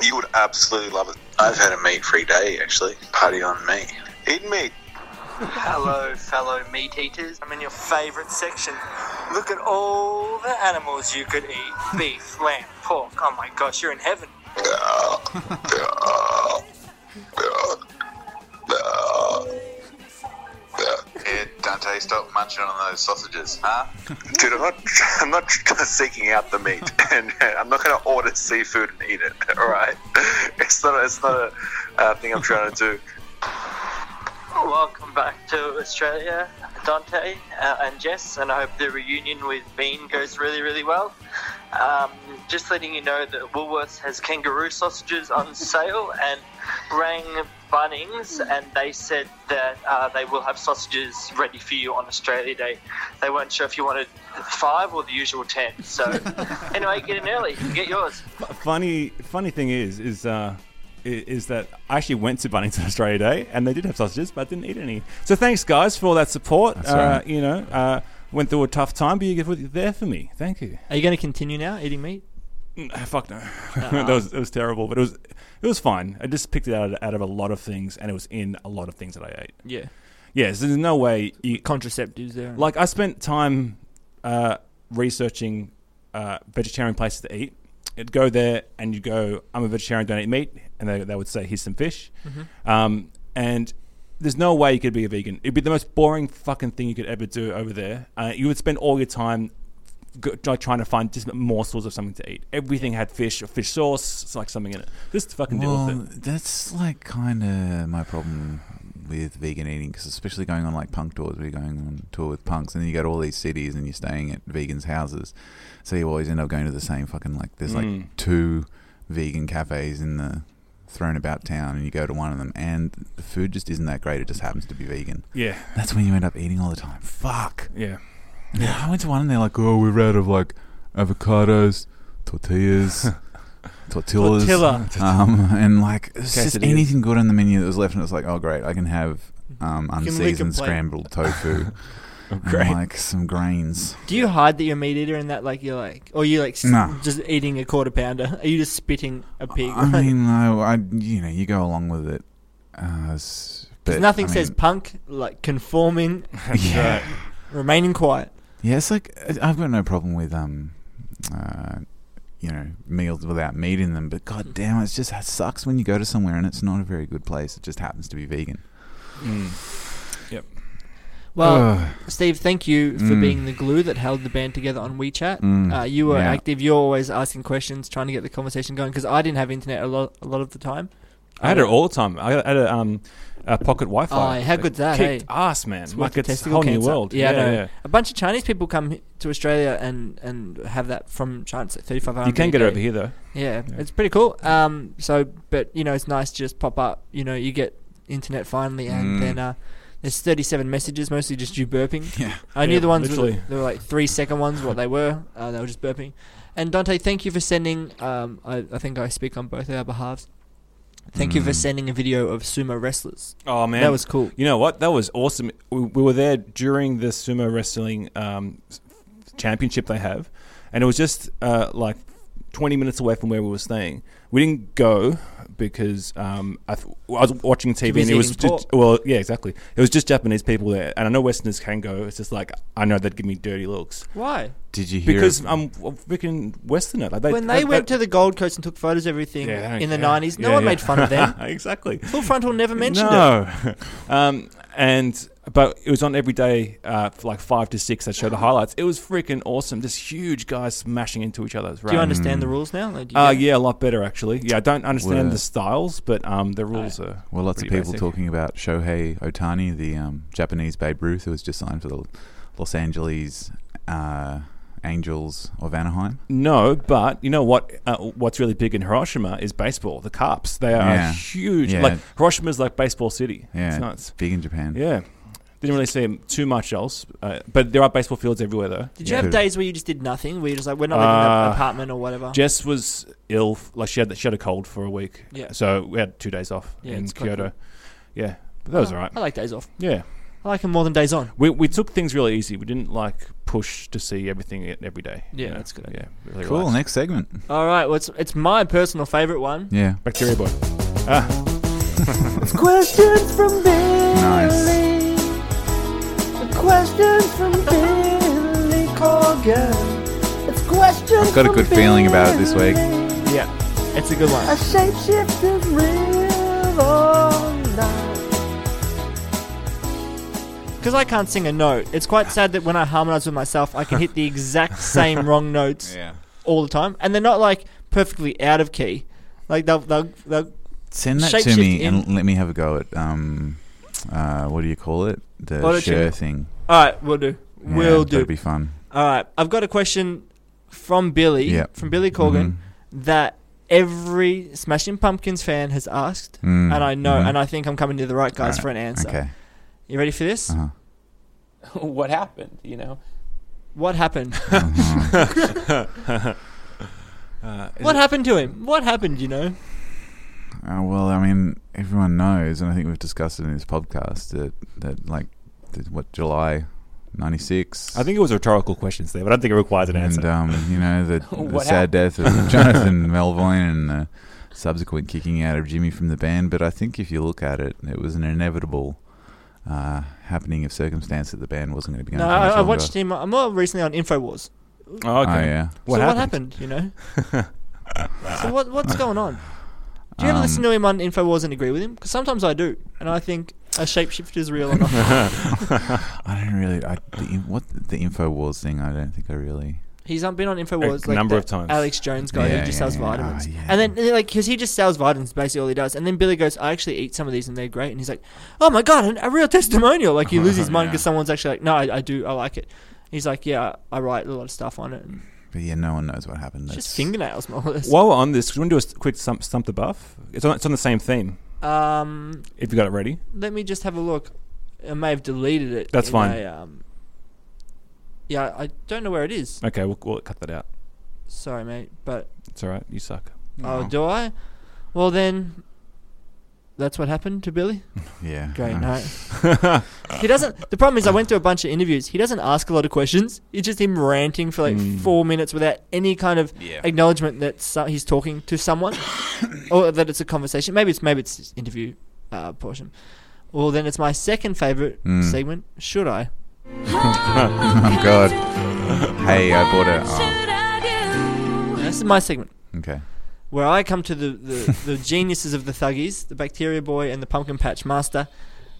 Speaker 13: you would absolutely love it.
Speaker 12: I've had a meat free day, actually. Party on me.
Speaker 13: Eating meat.
Speaker 14: Hello, fellow meat eaters. I'm in your favorite section. Look at all the animals you could eat beef, lamb, pork. Oh my gosh, you're in heaven.
Speaker 12: Uh, Yeah, Dante, stop munching on those sausages, huh?
Speaker 13: Dude, I'm not, I'm not seeking out the meat, and I'm not going to order seafood and eat it. All right, it's not, it's not a uh, thing I'm trying to do.
Speaker 14: Welcome back to Australia, Dante uh, and Jess, and I hope the reunion with Bean goes really, really well. Um, just letting you know that Woolworths has kangaroo sausages on sale and rang Bunnings, and they said that uh, they will have sausages ready for you on Australia Day. They weren't sure if you wanted five or the usual ten. So, anyway, get in early, get yours.
Speaker 3: funny funny thing is is uh i- is that I actually went to Bunnings on Australia Day and they did have sausages, but I didn't eat any. So thanks, guys, for all that support.
Speaker 5: That's
Speaker 3: uh,
Speaker 5: alright.
Speaker 3: You know, uh, went through a tough time, but you were there for me. Thank you.
Speaker 4: Are you going to continue now eating meat?
Speaker 3: Uh, Fuck no. that was it was terrible, but it was it was fine. I just picked it out of, out of a lot of things, and it was in a lot of things that I ate.
Speaker 4: Yeah.
Speaker 3: Yeah, so there's no way you,
Speaker 4: contraceptives there.
Speaker 3: Like I spent time uh, researching uh, vegetarian places to eat. You'd go there and you go, I'm a vegetarian, don't eat meat, and they, they would say, here's some fish.
Speaker 5: Mhm.
Speaker 3: Um, and there's no way you could be a vegan. It'd be the most boring fucking thing you could ever do over there. Uh, you would spend all your time go, like, trying to find just morsels of something to eat. Everything had fish or fish sauce, it's like something in it. Just fucking deal with it.
Speaker 5: Well, that's like kind of my problem with vegan eating because especially going on like punk tours, we're going on tour with punks, and then you go to all these cities and you're staying at vegans' houses, so you always end up going to the same fucking like there's
Speaker 3: Mm.
Speaker 5: like two vegan cafes in the thrown about town, and you go to one of them, and the food just isn't that great. It just happens to be vegan.
Speaker 3: Yeah.
Speaker 5: that's when you end up eating all the time. Fuck.
Speaker 3: Yeah.
Speaker 5: I went to one and they're like, oh, we're out of like avocados, tortillas, tortillas,
Speaker 4: Tortilla.
Speaker 5: um, and like it's just
Speaker 4: Quesadillas.
Speaker 5: anything good on the menu that was left, and it's like, oh great, I can have um,
Speaker 4: lick a
Speaker 5: unseasoned
Speaker 4: plate.
Speaker 5: scrambled tofu and
Speaker 4: great.
Speaker 5: like some grains.
Speaker 4: Do you hide that you're a meat eater and that like you're like, or you like s-
Speaker 5: Nah.
Speaker 4: just eating a quarter pounder? Are you just spitting a pig?
Speaker 5: I mean, I, I you know, you go along with it. Uh, s- But,
Speaker 4: nothing
Speaker 5: I mean-
Speaker 4: says punk like conforming.
Speaker 5: Yeah.
Speaker 4: Remaining quiet.
Speaker 5: Yeah, it's like I- I've got no problem with um, uh, you know, meals without meat in them, but
Speaker 3: Mm.
Speaker 5: god damn, it just it sucks when you go to somewhere and it's not a very good place. It just happens to be vegan.
Speaker 3: Mm. Yep.
Speaker 4: Well,
Speaker 5: Ugh.
Speaker 4: Steve, thank you for
Speaker 5: Mm.
Speaker 4: being the glue that held the band together on WeChat.
Speaker 5: Mm,
Speaker 4: Uh, you were
Speaker 5: yeah.
Speaker 4: active. You're always asking questions, trying to get the conversation going because I didn't have internet a lot, a lot of the time.
Speaker 3: I had it all the time. I had a, um, a pocket Wi-Fi.
Speaker 4: Oh, how good's that?
Speaker 3: Kicked
Speaker 4: hey?
Speaker 3: ass, man.
Speaker 4: It's worth
Speaker 3: like
Speaker 4: the
Speaker 3: it's a
Speaker 4: testicle
Speaker 3: whole new
Speaker 4: cancer.
Speaker 3: world.
Speaker 4: Yeah, I know.
Speaker 3: yeah.
Speaker 4: a bunch of Chinese people come h- to Australia and, and have that from China. It's like 35 hours.
Speaker 3: You can get it over here, though.
Speaker 4: Yeah,
Speaker 3: Yeah.
Speaker 4: it's pretty cool. Um, so, but you know, it's nice to just pop up. You know, you get internet finally, and
Speaker 5: Mm.
Speaker 4: then uh, there's 37 messages, mostly just you burping.
Speaker 5: Yeah.
Speaker 4: I knew
Speaker 3: Yeah,
Speaker 4: the ones that
Speaker 3: literally.
Speaker 4: were like three second ones, what they were. Uh, they were just burping. And Dante, thank you for sending. Um, I, I think I speak on both our behalves. Thank you for
Speaker 3: Mm.
Speaker 4: sending a video of sumo wrestlers.
Speaker 3: Oh man,
Speaker 4: that was cool.
Speaker 3: You know what? That was awesome. We, we were there during the sumo wrestling um, s- championship they have, and it was just uh, like twenty minutes away from where we were staying. We didn't go because um, I, th- I was watching TV and
Speaker 4: busy
Speaker 3: it was
Speaker 4: eating
Speaker 3: just, well, yeah, exactly. It was just Japanese people there, and I know Westerners can go. It's just like I know they'd give me dirty looks.
Speaker 4: Why?
Speaker 5: Did you hear?
Speaker 3: Because I'm a freaking Westerner. Like they,
Speaker 4: when they
Speaker 3: that-
Speaker 4: went
Speaker 3: that-
Speaker 4: to the Gold Coast and took photos of everything
Speaker 3: Yeah, they don't
Speaker 4: in the
Speaker 3: care.
Speaker 4: 90s, no
Speaker 3: Yeah,
Speaker 4: one
Speaker 3: yeah.
Speaker 4: made fun of them.
Speaker 3: exactly.
Speaker 4: Full Frontal never mentioned it.
Speaker 3: no. um, and but it was on every day uh, for like five to six. That showed the highlights. It was freaking awesome. Just huge guys smashing into each other. It was
Speaker 4: Do you
Speaker 3: rad.
Speaker 4: understand the rules now? Like, do you
Speaker 3: Uh,
Speaker 4: get it?
Speaker 3: yeah, a lot better actually. Yeah, I don't understand
Speaker 5: Well-
Speaker 3: the styles, but um, the rules are
Speaker 5: Well, lots of
Speaker 3: pretty
Speaker 5: people
Speaker 3: basic.
Speaker 5: talking about Shohei Otani, the um, Japanese Babe Ruth, who was just signed for the Los Angeles uh, Angels of Anaheim.
Speaker 3: No, but you know what? Uh, what's really big in Hiroshima is baseball. The Carps. They are
Speaker 5: Yeah.
Speaker 3: huge.
Speaker 5: Yeah.
Speaker 3: Like Hiroshima's like baseball city.
Speaker 5: Yeah,
Speaker 3: it's nuts.
Speaker 5: big in Japan.
Speaker 3: Yeah. Didn't really see too much else, uh, but there are baseball fields everywhere though.
Speaker 4: Did you have
Speaker 3: Yeah.
Speaker 4: days where you just did nothing? Where you're just like, we're not leaving
Speaker 3: Uh,
Speaker 4: the apartment or whatever?
Speaker 3: Jess was ill, f- like she had she had a cold for a week.
Speaker 4: Yeah.
Speaker 3: So we had two days off
Speaker 4: Yeah,
Speaker 3: in
Speaker 4: it's quite
Speaker 3: Kyoto.
Speaker 4: cool.
Speaker 3: Yeah, but that was
Speaker 4: Oh,
Speaker 3: alright.
Speaker 4: I like days off.
Speaker 3: Yeah.
Speaker 4: I like them more than days on.
Speaker 3: We we took things really easy. We didn't like push to see everything e- every day.
Speaker 4: Yeah, that's a good
Speaker 3: Yeah,
Speaker 4: idea.
Speaker 3: really
Speaker 5: Cool.
Speaker 3: relaxed.
Speaker 5: Next segment.
Speaker 4: All right, well, it's, it's my personal favorite one.
Speaker 5: Yeah.
Speaker 3: Bacteria boy. Ah.
Speaker 6: Questions from Billy.
Speaker 5: Nice.
Speaker 6: The questions from Billy Corgan. It's questions
Speaker 5: I've got a
Speaker 6: from
Speaker 5: good feeling about it this week.
Speaker 4: Yeah, it's a good
Speaker 6: A
Speaker 4: one.
Speaker 6: shapeshift is real or not.
Speaker 4: Because I can't sing a note. It's quite sad that when I harmonize with myself, I can hit the exact same wrong notes
Speaker 5: Yeah.
Speaker 4: all the time. And they're not like perfectly out of key. Like they'll, they'll, they'll
Speaker 5: Send that to
Speaker 4: shapeshift
Speaker 5: me
Speaker 4: in.
Speaker 5: and let me have a go at um, uh, what do you call it? The
Speaker 4: Auto-tune.
Speaker 5: sure thing.
Speaker 4: All right, we'll do.
Speaker 5: Yeah,
Speaker 4: we'll do.
Speaker 5: that'd be fun.
Speaker 4: All right, I've got a question from Billy,
Speaker 5: Yeah.
Speaker 4: from Billy Corgan, that every Smashing Pumpkins fan has asked,
Speaker 5: Mm,
Speaker 4: and I know,
Speaker 5: mhm.
Speaker 4: and I think I'm coming to the right guys
Speaker 5: Alright,
Speaker 4: for an answer.
Speaker 5: Mm-hmm. okay.
Speaker 4: You ready for this?
Speaker 5: Uh-huh.
Speaker 15: what happened? You know,
Speaker 4: What happened?
Speaker 5: Uh-huh.
Speaker 3: Uh, is
Speaker 4: what
Speaker 3: it-
Speaker 4: happened to him? What happened? You know,
Speaker 5: Uh, well, I mean, everyone knows, and I think we've discussed it in this podcast that that like that, what July '96.
Speaker 3: I think it was a rhetorical question, Steve. I don't think it requires an answer.
Speaker 5: And um, you know the, the
Speaker 3: What happened?
Speaker 5: sad death of Jonathan Melvoin and the subsequent kicking out of Jimmy from the band. But I think if you look at it, it was an inevitable uh, happening of circumstance that the band wasn't going to be going
Speaker 4: no,
Speaker 5: for much
Speaker 4: I, I
Speaker 5: longer.
Speaker 4: watched him. I'm more recently on Infowars.
Speaker 3: Oh, okay.
Speaker 5: Oh, yeah.
Speaker 4: so what happened? You know, so what what's going on? Do you ever
Speaker 5: Um,
Speaker 4: listen to him on Infowars and agree with him? Because sometimes I do, and I think a shapeshifter is real or not.
Speaker 5: I don't really. I, the, in- what the Infowars thing? I don't think I really.
Speaker 4: He's um, been on Infowars like
Speaker 5: number
Speaker 4: that
Speaker 5: of times.
Speaker 4: Alex Jones guy
Speaker 5: Yeah,
Speaker 4: who just
Speaker 5: yeah,
Speaker 4: sells
Speaker 5: yeah.
Speaker 4: vitamins,
Speaker 5: Ah, yeah.
Speaker 4: and then and, like because he just sells vitamins, basically all he does. And then Billy goes, "I actually eat some of these, and they're great." And he's like, "Oh my god, an- a real testimonial!" Like you lose his mind because someone's actually like, "No, I, I do, I like it." He's like, "Yeah, I write a lot of stuff on it. And
Speaker 5: But yeah, no one knows what happened.
Speaker 4: it's
Speaker 5: That's-
Speaker 4: just fingernails, more or less."
Speaker 3: While we're on this, do you want to do a s- quick stump, stump the buff? It's on, it's on the same theme.
Speaker 4: Um,
Speaker 3: If you got it ready.
Speaker 4: let me just have a look. I may have deleted it.
Speaker 3: That's
Speaker 4: in
Speaker 3: fine.
Speaker 4: a, um, yeah, I don't know where it is.
Speaker 3: Okay, we'll, we'll cut that out.
Speaker 4: Sorry, mate, but
Speaker 3: It's all right. You suck.
Speaker 4: Oh, do I? Well, then, that's what happened to Billy.
Speaker 5: Yeah.
Speaker 4: Great
Speaker 5: Uh,
Speaker 4: night. he doesn't. The problem is, I went through a bunch of interviews. He doesn't ask a lot of questions. It's just him ranting for like
Speaker 3: Mm.
Speaker 4: four minutes without any kind of
Speaker 5: Yeah.
Speaker 4: acknowledgement that so- he's talking to someone or that it's a conversation. Maybe it's maybe it's this interview uh, portion. Well, then it's my second favorite
Speaker 5: Mm.
Speaker 4: segment. Should I?
Speaker 5: oh God. Hey, I bought a. Oh,
Speaker 4: This is my segment.
Speaker 5: okay.
Speaker 4: where I come to the, the, the geniuses of the thuggies, the bacteria boy and the pumpkin patch master,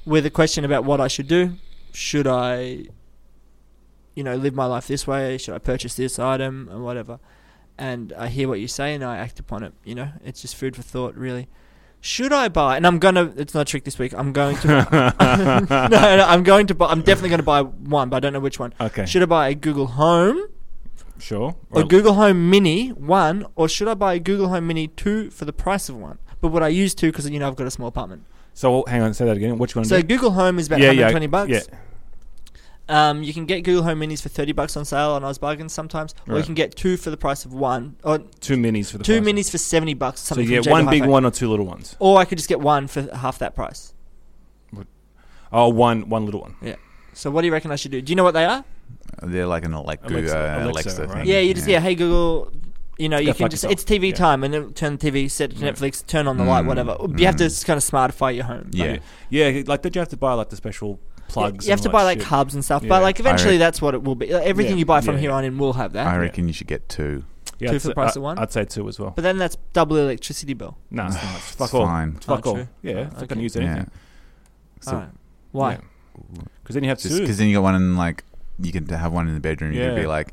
Speaker 4: with a question about what I should do. Should I, you know, live my life this way? Should I purchase this item or whatever? And I hear what you say and I act upon it. You know, it's just food for thought, really. Should I buy? And I'm gonna. It's not a trick this week. I'm going to. no, no, I'm going to buy. I'm definitely going to buy one, but I don't know which one.
Speaker 3: Okay.
Speaker 4: Should I buy a Google Home?
Speaker 3: Sure.
Speaker 4: a Google Home Mini one, or should I buy a Google Home Mini two for the price of one? But would I use two because you know I've got a small apartment.
Speaker 3: So hang on, say that again. What you want
Speaker 4: So
Speaker 3: to do?
Speaker 4: Google Home is about
Speaker 3: Yeah, yeah,
Speaker 4: 120 bucks.
Speaker 3: yeah.
Speaker 4: Um, you can get Google Home Minis for 30 bucks on sale on Oz Bargains sometimes, or you
Speaker 3: Right.
Speaker 4: can get two for the price of one, or
Speaker 3: Two minis for the
Speaker 4: two
Speaker 3: price.
Speaker 4: minis for 70 bucks.
Speaker 3: So
Speaker 4: Something from
Speaker 3: you get
Speaker 4: Jago
Speaker 3: one big
Speaker 4: Hi-Fi.
Speaker 3: one or two little ones.
Speaker 4: Or I could just get one for half that price.
Speaker 3: Oh, one one little one.
Speaker 4: Yeah. So what do you reckon I should do? Do you know what they are?
Speaker 5: They're like an Alexa,
Speaker 3: Alexa,
Speaker 5: Alexa,
Speaker 3: Alexa,
Speaker 5: Alexa
Speaker 3: right?
Speaker 5: thing.
Speaker 4: Yeah, you just yeah. Hey Google, you know
Speaker 5: Go
Speaker 4: you can
Speaker 5: fuck
Speaker 4: just
Speaker 5: yourself.
Speaker 4: it's TV
Speaker 5: Yeah.
Speaker 4: time and then turn the TV, set it to
Speaker 3: Yeah.
Speaker 4: Netflix, turn on the light,
Speaker 3: Mm,
Speaker 4: whatever. You have to kind of smartify your home.
Speaker 5: Yeah.
Speaker 3: Yeah, like did you have to buy like the special plugs?
Speaker 4: You have
Speaker 3: and
Speaker 4: to
Speaker 3: all
Speaker 4: buy
Speaker 3: that
Speaker 4: like
Speaker 3: shit?
Speaker 4: hubs and stuff,
Speaker 3: Yeah.
Speaker 4: but like eventually
Speaker 5: reckon-
Speaker 4: that's what it will be. Like, everything
Speaker 3: Yeah,
Speaker 4: you buy from
Speaker 3: yeah.
Speaker 4: here on in will have that.
Speaker 5: I reckon you should get two.
Speaker 4: two
Speaker 3: I'd
Speaker 4: for the
Speaker 3: say-
Speaker 4: price
Speaker 3: I-
Speaker 4: of one.
Speaker 3: I'd say two as well.
Speaker 4: But then that's double electricity bill.
Speaker 3: No, it's not.
Speaker 5: It's
Speaker 3: Fuck all.
Speaker 5: Oh, fine.
Speaker 3: Fuck
Speaker 4: Oh,
Speaker 3: all.
Speaker 4: true.
Speaker 3: Yeah,
Speaker 4: Oh,
Speaker 3: I
Speaker 4: okay.
Speaker 3: can use
Speaker 5: Yeah.
Speaker 3: anything.
Speaker 5: So-
Speaker 4: Alright. Why?
Speaker 3: Because then you have
Speaker 5: Just
Speaker 3: two.
Speaker 5: because then you got one in like you can have one in the bedroom. You
Speaker 3: Yeah.
Speaker 5: can be like,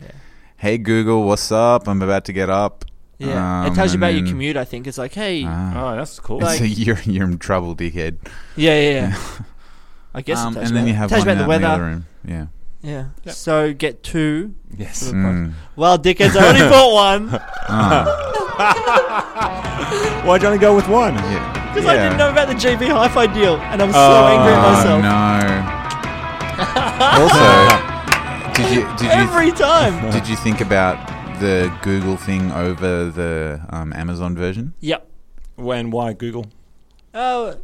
Speaker 5: "Hey Google, what's up? I'm about to get up."
Speaker 4: Yeah, it
Speaker 5: Um,
Speaker 4: tells you
Speaker 5: and
Speaker 4: about your
Speaker 5: then-
Speaker 4: commute. I think it's like, hey,
Speaker 5: Ah.
Speaker 3: Oh, that's cool.
Speaker 4: Like-
Speaker 5: so you're you're in trouble, dickhead.
Speaker 4: yeah, yeah, yeah. I guess. it
Speaker 5: Um,
Speaker 4: tells
Speaker 5: and then
Speaker 4: about-
Speaker 5: you have
Speaker 4: tells
Speaker 5: one
Speaker 4: about the
Speaker 5: out in the
Speaker 4: weather.
Speaker 5: other room. Yeah.
Speaker 4: Yeah. So get two.
Speaker 3: Yes.
Speaker 4: for the price.
Speaker 5: Mm.
Speaker 4: Well, dickheads, I only bought one
Speaker 3: Why'd you only go with one?
Speaker 5: Yeah.
Speaker 4: because I didn't know about the GB Hi-Fi deal, and I'm so angry at
Speaker 5: Oh
Speaker 4: myself
Speaker 5: no. also, did you did you
Speaker 4: every time.
Speaker 5: did you think about the Google thing over the um, Amazon version?
Speaker 4: yep.
Speaker 3: When? Why? Google.
Speaker 4: Oh.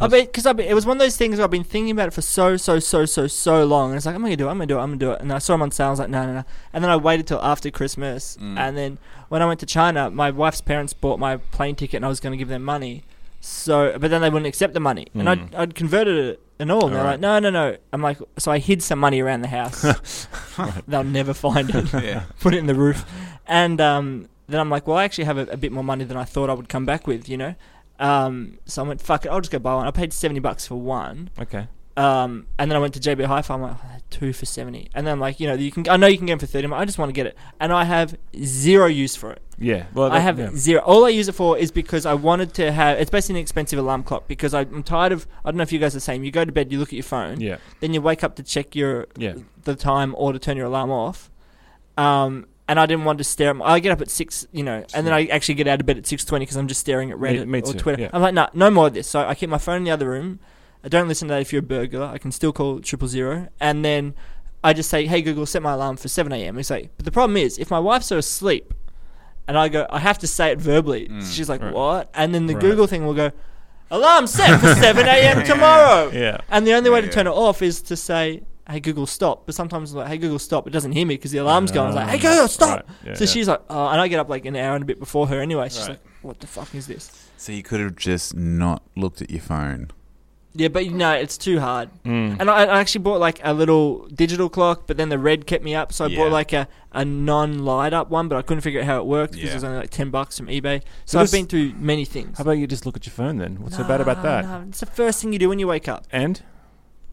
Speaker 4: I mean, because it was one of those things where I've been thinking about it for so, so, so, so, so long. And it's like, I'm going to do it, I'm going to do it, I'm going to do it. And I saw them on sale. I was like, no, no, no. And then I waited till after Christmas. And then when I went to China, my wife's parents bought my plane ticket and I was going to give them money. So, but then they wouldn't accept the money. And I'd, I'd converted it and all. And they're like,
Speaker 3: Alright.
Speaker 4: no, no, no. I'm like, so I hid some money around the house. They'll never find it.
Speaker 5: Yeah.
Speaker 4: Put it in the roof. And um, then I'm like, well, I actually have a, a bit more money than I thought I would come back with, you know? Um, so I went, fuck it, I'll just go buy one. I paid 70 bucks for one.
Speaker 3: Okay.
Speaker 4: Um, and then I went to JB Hi-Fi. I'm like, "Oh, two for 70. And then I'm like, you know, you can, I know you can get them for 30. I'm like, I just want to get it. And I have zero use for it.
Speaker 3: Yeah. Well,
Speaker 4: I
Speaker 3: that-
Speaker 4: have
Speaker 3: yeah.
Speaker 4: zero. All I use it for is because I wanted to have. It's basically an expensive alarm clock because I- I'm tired of. I don't know if you guys are the same. You go to bed, you look at your phone,
Speaker 3: Yeah.
Speaker 4: then you wake up to check your
Speaker 3: Yeah.
Speaker 4: the time or to turn your alarm off. Um, and I didn't want to stare. At my, I get up at six, you know, and then I actually get out of bed at six twenty because I'm just staring at Reddit
Speaker 3: me
Speaker 4: or
Speaker 3: too,
Speaker 4: Twitter.
Speaker 3: yeah.
Speaker 4: I'm like, no, no more of this. So I keep my phone in the other room. I don't listen to that if you're a burglar. I can still call triple zero, and then I just say, "Hey Google, set my alarm for seven a.m." It's like, but the problem is, if my wife's asleep, and I go, I have to say it verbally. She's like, "What?" And then the
Speaker 3: Mm, Right.
Speaker 4: Google thing will go, "Alarm set for seven a.m. tomorrow."
Speaker 3: Yeah.
Speaker 4: And the only way to
Speaker 5: Yeah.
Speaker 4: turn it off is to say, "Hey Google, stop." But sometimes it's like, "Hey Google, stop." It doesn't hear me because the alarm's going. It's like, "Hey Google, stop."
Speaker 3: Right. Yeah,
Speaker 4: so
Speaker 3: yeah.
Speaker 4: she's like, "Oh," and I get up like an hour and a bit before her anyway. She's
Speaker 3: Right.
Speaker 4: like, "What the fuck is this?"
Speaker 5: So you could have just not looked at your phone.
Speaker 4: Yeah, but you know, it's too hard.
Speaker 3: Mm.
Speaker 4: And I, I actually bought like a little digital clock, but then the red kept me up, so I
Speaker 5: Yeah.
Speaker 4: bought like a, a non light up one, but I couldn't figure out how it worked because
Speaker 5: Yeah.
Speaker 4: it was only like ten bucks from eBay. So,
Speaker 3: So
Speaker 4: I've
Speaker 3: this-
Speaker 4: been through many things.
Speaker 3: How about you just look at your phone then? What's so bad about
Speaker 4: No,
Speaker 3: that?
Speaker 4: no, it's the first thing you do when you wake up.
Speaker 3: And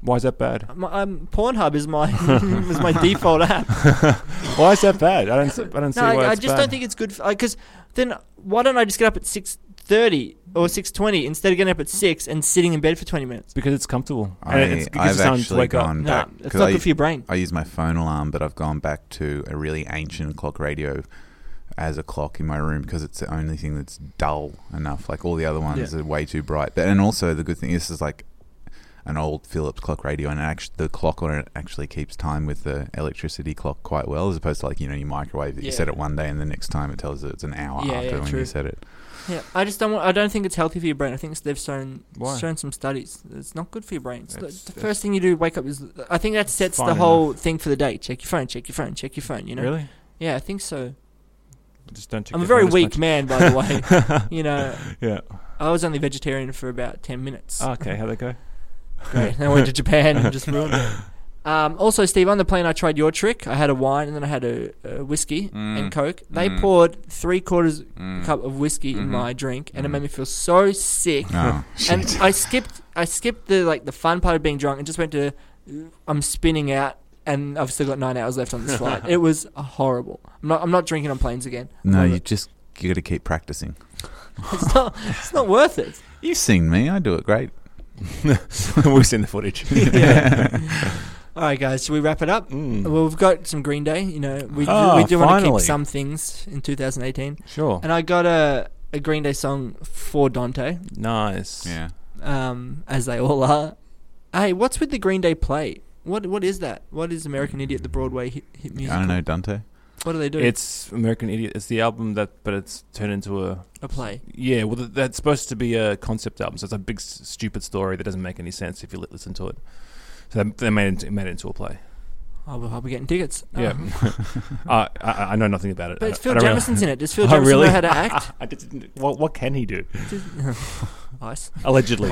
Speaker 3: why is that bad?
Speaker 4: My, um, Pornhub is my is my default app.
Speaker 3: Why is that bad? I don't. s- I don't see
Speaker 4: No, I,
Speaker 3: why
Speaker 4: I
Speaker 3: it's
Speaker 4: just
Speaker 3: bad.
Speaker 4: don't think it's good because then why don't I just get up at six thirty or six twenty instead of getting up at six and sitting in bed for twenty minutes?
Speaker 3: It's because it's comfortable.
Speaker 5: I,
Speaker 3: and it's, it gives
Speaker 5: I've
Speaker 3: you time to
Speaker 5: actually
Speaker 3: wake up.
Speaker 5: gone
Speaker 4: No,
Speaker 5: back.
Speaker 4: it's
Speaker 5: 'cause
Speaker 4: not
Speaker 5: I-
Speaker 4: good for your brain.
Speaker 5: I use my phone alarm, but I've gone back to a really ancient clock radio as a clock in my room because it's the only thing that's dull enough. Like all the other ones are way too bright. But and also the good thing is, is like an old Philips clock radio, and actually the clock on it actually keeps time with the electricity clock quite well, as opposed to like you know your microwave that you
Speaker 4: Yeah.
Speaker 5: set it one day and the next time it tells it it's an hour
Speaker 4: Yeah,
Speaker 5: after
Speaker 4: yeah,
Speaker 5: when
Speaker 4: true.
Speaker 5: you set it.
Speaker 4: Yeah, I just don't. Want, I don't think it's healthy for your brain. I think it's- they've shown
Speaker 3: Why?
Speaker 4: shown some studies. It's not good for your brain. It's the-
Speaker 3: It's-
Speaker 4: the
Speaker 3: it's-
Speaker 4: first thing you do, wake up is. I think that sets
Speaker 3: fine
Speaker 4: the whole thing for the day. Check your phone. Check your phone. Check your phone. You know.
Speaker 3: Really?
Speaker 4: Yeah, I think so.
Speaker 3: Just don't. check
Speaker 4: I'm a
Speaker 3: your
Speaker 4: very
Speaker 3: phone as
Speaker 4: weak
Speaker 3: much.
Speaker 4: man, by the way. you know,
Speaker 3: Yeah. Oh,
Speaker 4: I was only vegetarian for about ten minutes.
Speaker 3: okay. How'd that go?
Speaker 4: Great. Now I went to Japan and just ruined it. Um, also, Steve, on the plane, I tried your trick. I had a wine and then I had a, a whiskey
Speaker 5: Mm-hmm.
Speaker 1: Mm.
Speaker 4: and Coke. They
Speaker 1: Mm.
Speaker 4: poured three quarters
Speaker 1: Mm.
Speaker 4: cup of whiskey in
Speaker 5: Mm-hmm.
Speaker 1: Mhm.
Speaker 4: my drink, and it made me feel so sick.
Speaker 1: Oh,
Speaker 4: and I skipped, I skipped the like the fun part of being drunk and just went to, I'm spinning out, and I've still got nine hours left on this flight. it was horrible. I'm not, I'm not drinking on planes again.
Speaker 5: No, you just you got to keep practicing.
Speaker 4: It's not, it's not worth it.
Speaker 5: You've seen me; I do it great.
Speaker 3: We've seen the footage.
Speaker 4: All right, guys, should we wrap it up?
Speaker 3: Mm.
Speaker 4: Uh, Well, we've got some Green Day. You know, we do,
Speaker 3: Ah,
Speaker 4: we do want to keep
Speaker 3: finally.
Speaker 4: some things in 2018.
Speaker 3: Sure.
Speaker 4: And I got a, a Green Day song for Dante,
Speaker 3: Nice. Yeah.
Speaker 4: um, as they all are. Hey, what's with the Green Day play? What what is that? What is American Idiot, the Broadway hit, hit music?
Speaker 5: I don't know Dante.
Speaker 4: What do they do?
Speaker 3: It's American Idiot. It's the album that, but it's turned into a
Speaker 4: A play.
Speaker 3: Yeah, well, th- that's supposed to be a concept album, so it's a big, s- stupid story that doesn't make any sense if you li- listen to it. So they, they made it, into- made it into a play.
Speaker 4: Oh, we'll, I'll be getting tickets.
Speaker 3: Yeah,
Speaker 4: Oh.
Speaker 3: I, I I know nothing about it.
Speaker 4: But
Speaker 3: I-
Speaker 4: it's
Speaker 3: I
Speaker 4: Phil
Speaker 3: don't really-
Speaker 4: Jameson's in it. Does Phil
Speaker 3: Oh,
Speaker 4: Jameson
Speaker 3: really?
Speaker 4: know how to act?
Speaker 3: I didn't- what what can he do?
Speaker 4: Ice.
Speaker 3: Allegedly.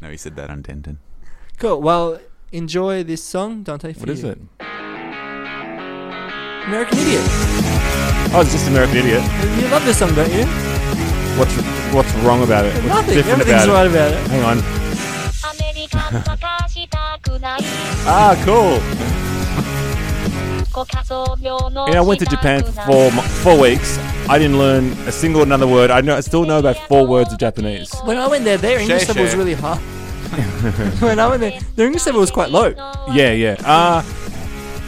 Speaker 5: no, he said that on Denton.
Speaker 4: Cool. Well, enjoy this song, Dante. For
Speaker 3: What is
Speaker 4: you.
Speaker 3: it?
Speaker 4: American Idiot.
Speaker 3: Oh, it's just American Idiot.
Speaker 4: You love this song, don't you?
Speaker 3: What's what's wrong about it? What's
Speaker 4: Nothing.
Speaker 3: different
Speaker 4: Everything's
Speaker 3: about
Speaker 4: right
Speaker 3: it?
Speaker 4: about it.
Speaker 3: Hang on. ah, cool. Yeah, I went to Japan for m- four weeks. I didn't learn a single another word. I know I still know about four words of Japanese.
Speaker 4: When I went there, their English
Speaker 3: Share,
Speaker 4: level was
Speaker 3: share.
Speaker 4: really high. when I went there, their English level was quite low.
Speaker 3: Yeah, yeah. Uh,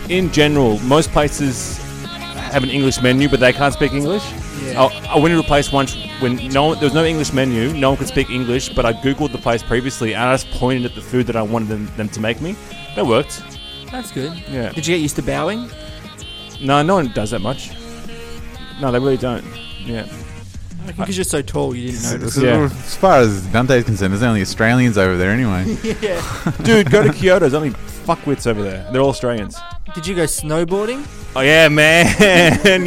Speaker 3: in general, most places have an English menu, but they can't speak English. Oh,
Speaker 4: Yeah.
Speaker 3: I, I went to a place once when no one, there was no English menu, no one could speak English, but I googled the place previously and I just pointed at the food that I wanted them, them to make me. That worked.
Speaker 4: That's good.
Speaker 3: Yeah.
Speaker 4: Did you get used to bowing?
Speaker 3: No, no one does that much. No, they really don't. Yeah.
Speaker 4: Because you're so tall, you didn't notice.
Speaker 5: As far as Dante's concerned, there's only Australians over there anyway.
Speaker 4: yeah.
Speaker 3: Dude, go to Kyoto. There's only fuckwits over there. They're all Australians.
Speaker 4: Did you go snowboarding?
Speaker 3: Oh yeah, man.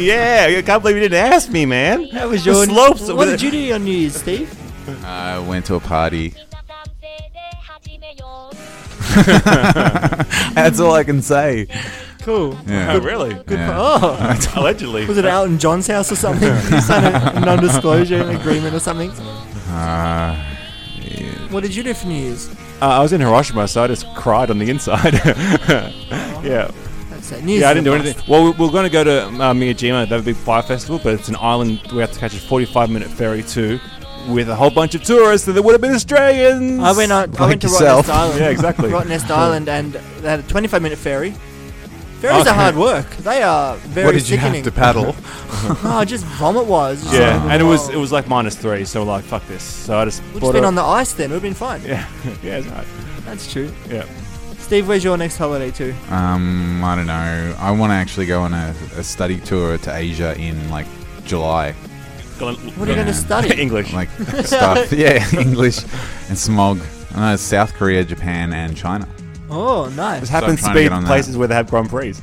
Speaker 3: yeah, I can't believe you didn't ask me, man.
Speaker 4: That was
Speaker 3: The
Speaker 4: your
Speaker 3: slopes.
Speaker 4: What did you do on New Year's, Steve?
Speaker 5: I went to a party. That's all I can say.
Speaker 4: Cool.
Speaker 5: Yeah.
Speaker 3: Oh, really?
Speaker 4: Good
Speaker 5: Yeah.
Speaker 4: for- oh.
Speaker 3: Allegedly.
Speaker 4: Was it Alton John's house or something? you signed a non-disclosure agreement or something.
Speaker 3: Uh,
Speaker 4: What did you do for New Year's?
Speaker 3: I was in Hiroshima, so I just cried on the inside. yeah.
Speaker 4: That's it. New Year's
Speaker 3: Yeah, I
Speaker 4: is
Speaker 3: didn't
Speaker 4: the
Speaker 3: do
Speaker 4: best.
Speaker 3: anything. Well, we- we're going to go to uh, Miyajima. They have a big fire festival, but it's an island. We have to catch a 45 minute ferry too, with a whole bunch of tourists that would have been Australians.
Speaker 4: I went on. I went to Rottnest Island.
Speaker 3: Yeah, exactly.
Speaker 4: Rottnest Island, and they had a 25 minute ferry. Ferries
Speaker 3: Okay.
Speaker 4: are hard work. They are very
Speaker 5: What did you have
Speaker 4: sickening.
Speaker 5: to paddle?
Speaker 4: no, just vomit wise.
Speaker 3: Yeah, and it was it was like minus three, so we're like fuck this. So I just
Speaker 4: We'd
Speaker 3: bought
Speaker 4: just been
Speaker 3: a-
Speaker 4: on the ice then. We'd have been fine.
Speaker 3: Yeah, yeah, it's right.
Speaker 4: That's true.
Speaker 3: Yeah.
Speaker 4: Steve, where's your next holiday too?
Speaker 5: Um, I don't know. I want to actually go on a, a study tour to Asia in like July.
Speaker 3: What
Speaker 4: are you gonna study?
Speaker 3: English,
Speaker 5: like stuff. Yeah, English and smog. I know South Korea, Japan, and China.
Speaker 4: Oh, nice.
Speaker 3: This
Speaker 5: So I'm
Speaker 3: happens to
Speaker 5: trying to
Speaker 3: be
Speaker 5: get on that.
Speaker 3: places where they have Grand Prix.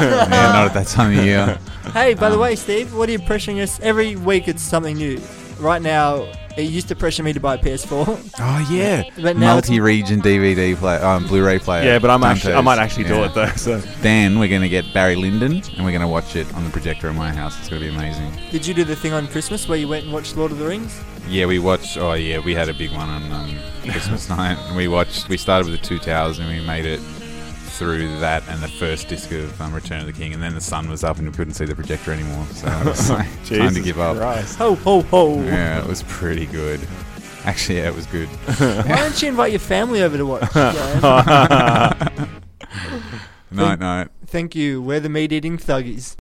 Speaker 5: yeah, not at that time of year.
Speaker 4: Hey,
Speaker 3: Um,
Speaker 4: by the way, Steve, what are you pressuring us? Every week it's something new. Right now, it used to pressure me to buy a PS4.
Speaker 5: Oh yeah,
Speaker 4: But now it's-
Speaker 5: multi-region DVD player, um, Blu-ray player.
Speaker 3: Yeah, but I'm actually- I
Speaker 5: Dante's.
Speaker 3: might actually do it, though, so.
Speaker 5: then we're gonna get Barry Lyndon, and we're gonna watch it on the projector in my house. It's gonna be amazing.
Speaker 4: Did you do the thing on Christmas where you went and watched Lord of the Rings?
Speaker 5: Yeah, we watched. Oh yeah, we had a big one on um, Christmas night, and we watched. We started with the Two Towers, and we made it through that and the first disc of um, Return of the King, and then the sun was up, and we couldn't see the projector anymore. So it was like, time to
Speaker 3: Jesus
Speaker 5: give up.
Speaker 3: Christ.
Speaker 4: Ho, ho, ho.
Speaker 5: Yeah, it was pretty good. Actually, yeah, it was good.
Speaker 4: Why don't you invite your family over to watch? Jan?
Speaker 5: night, night.
Speaker 4: Thank you. We're the meat eating thuggies.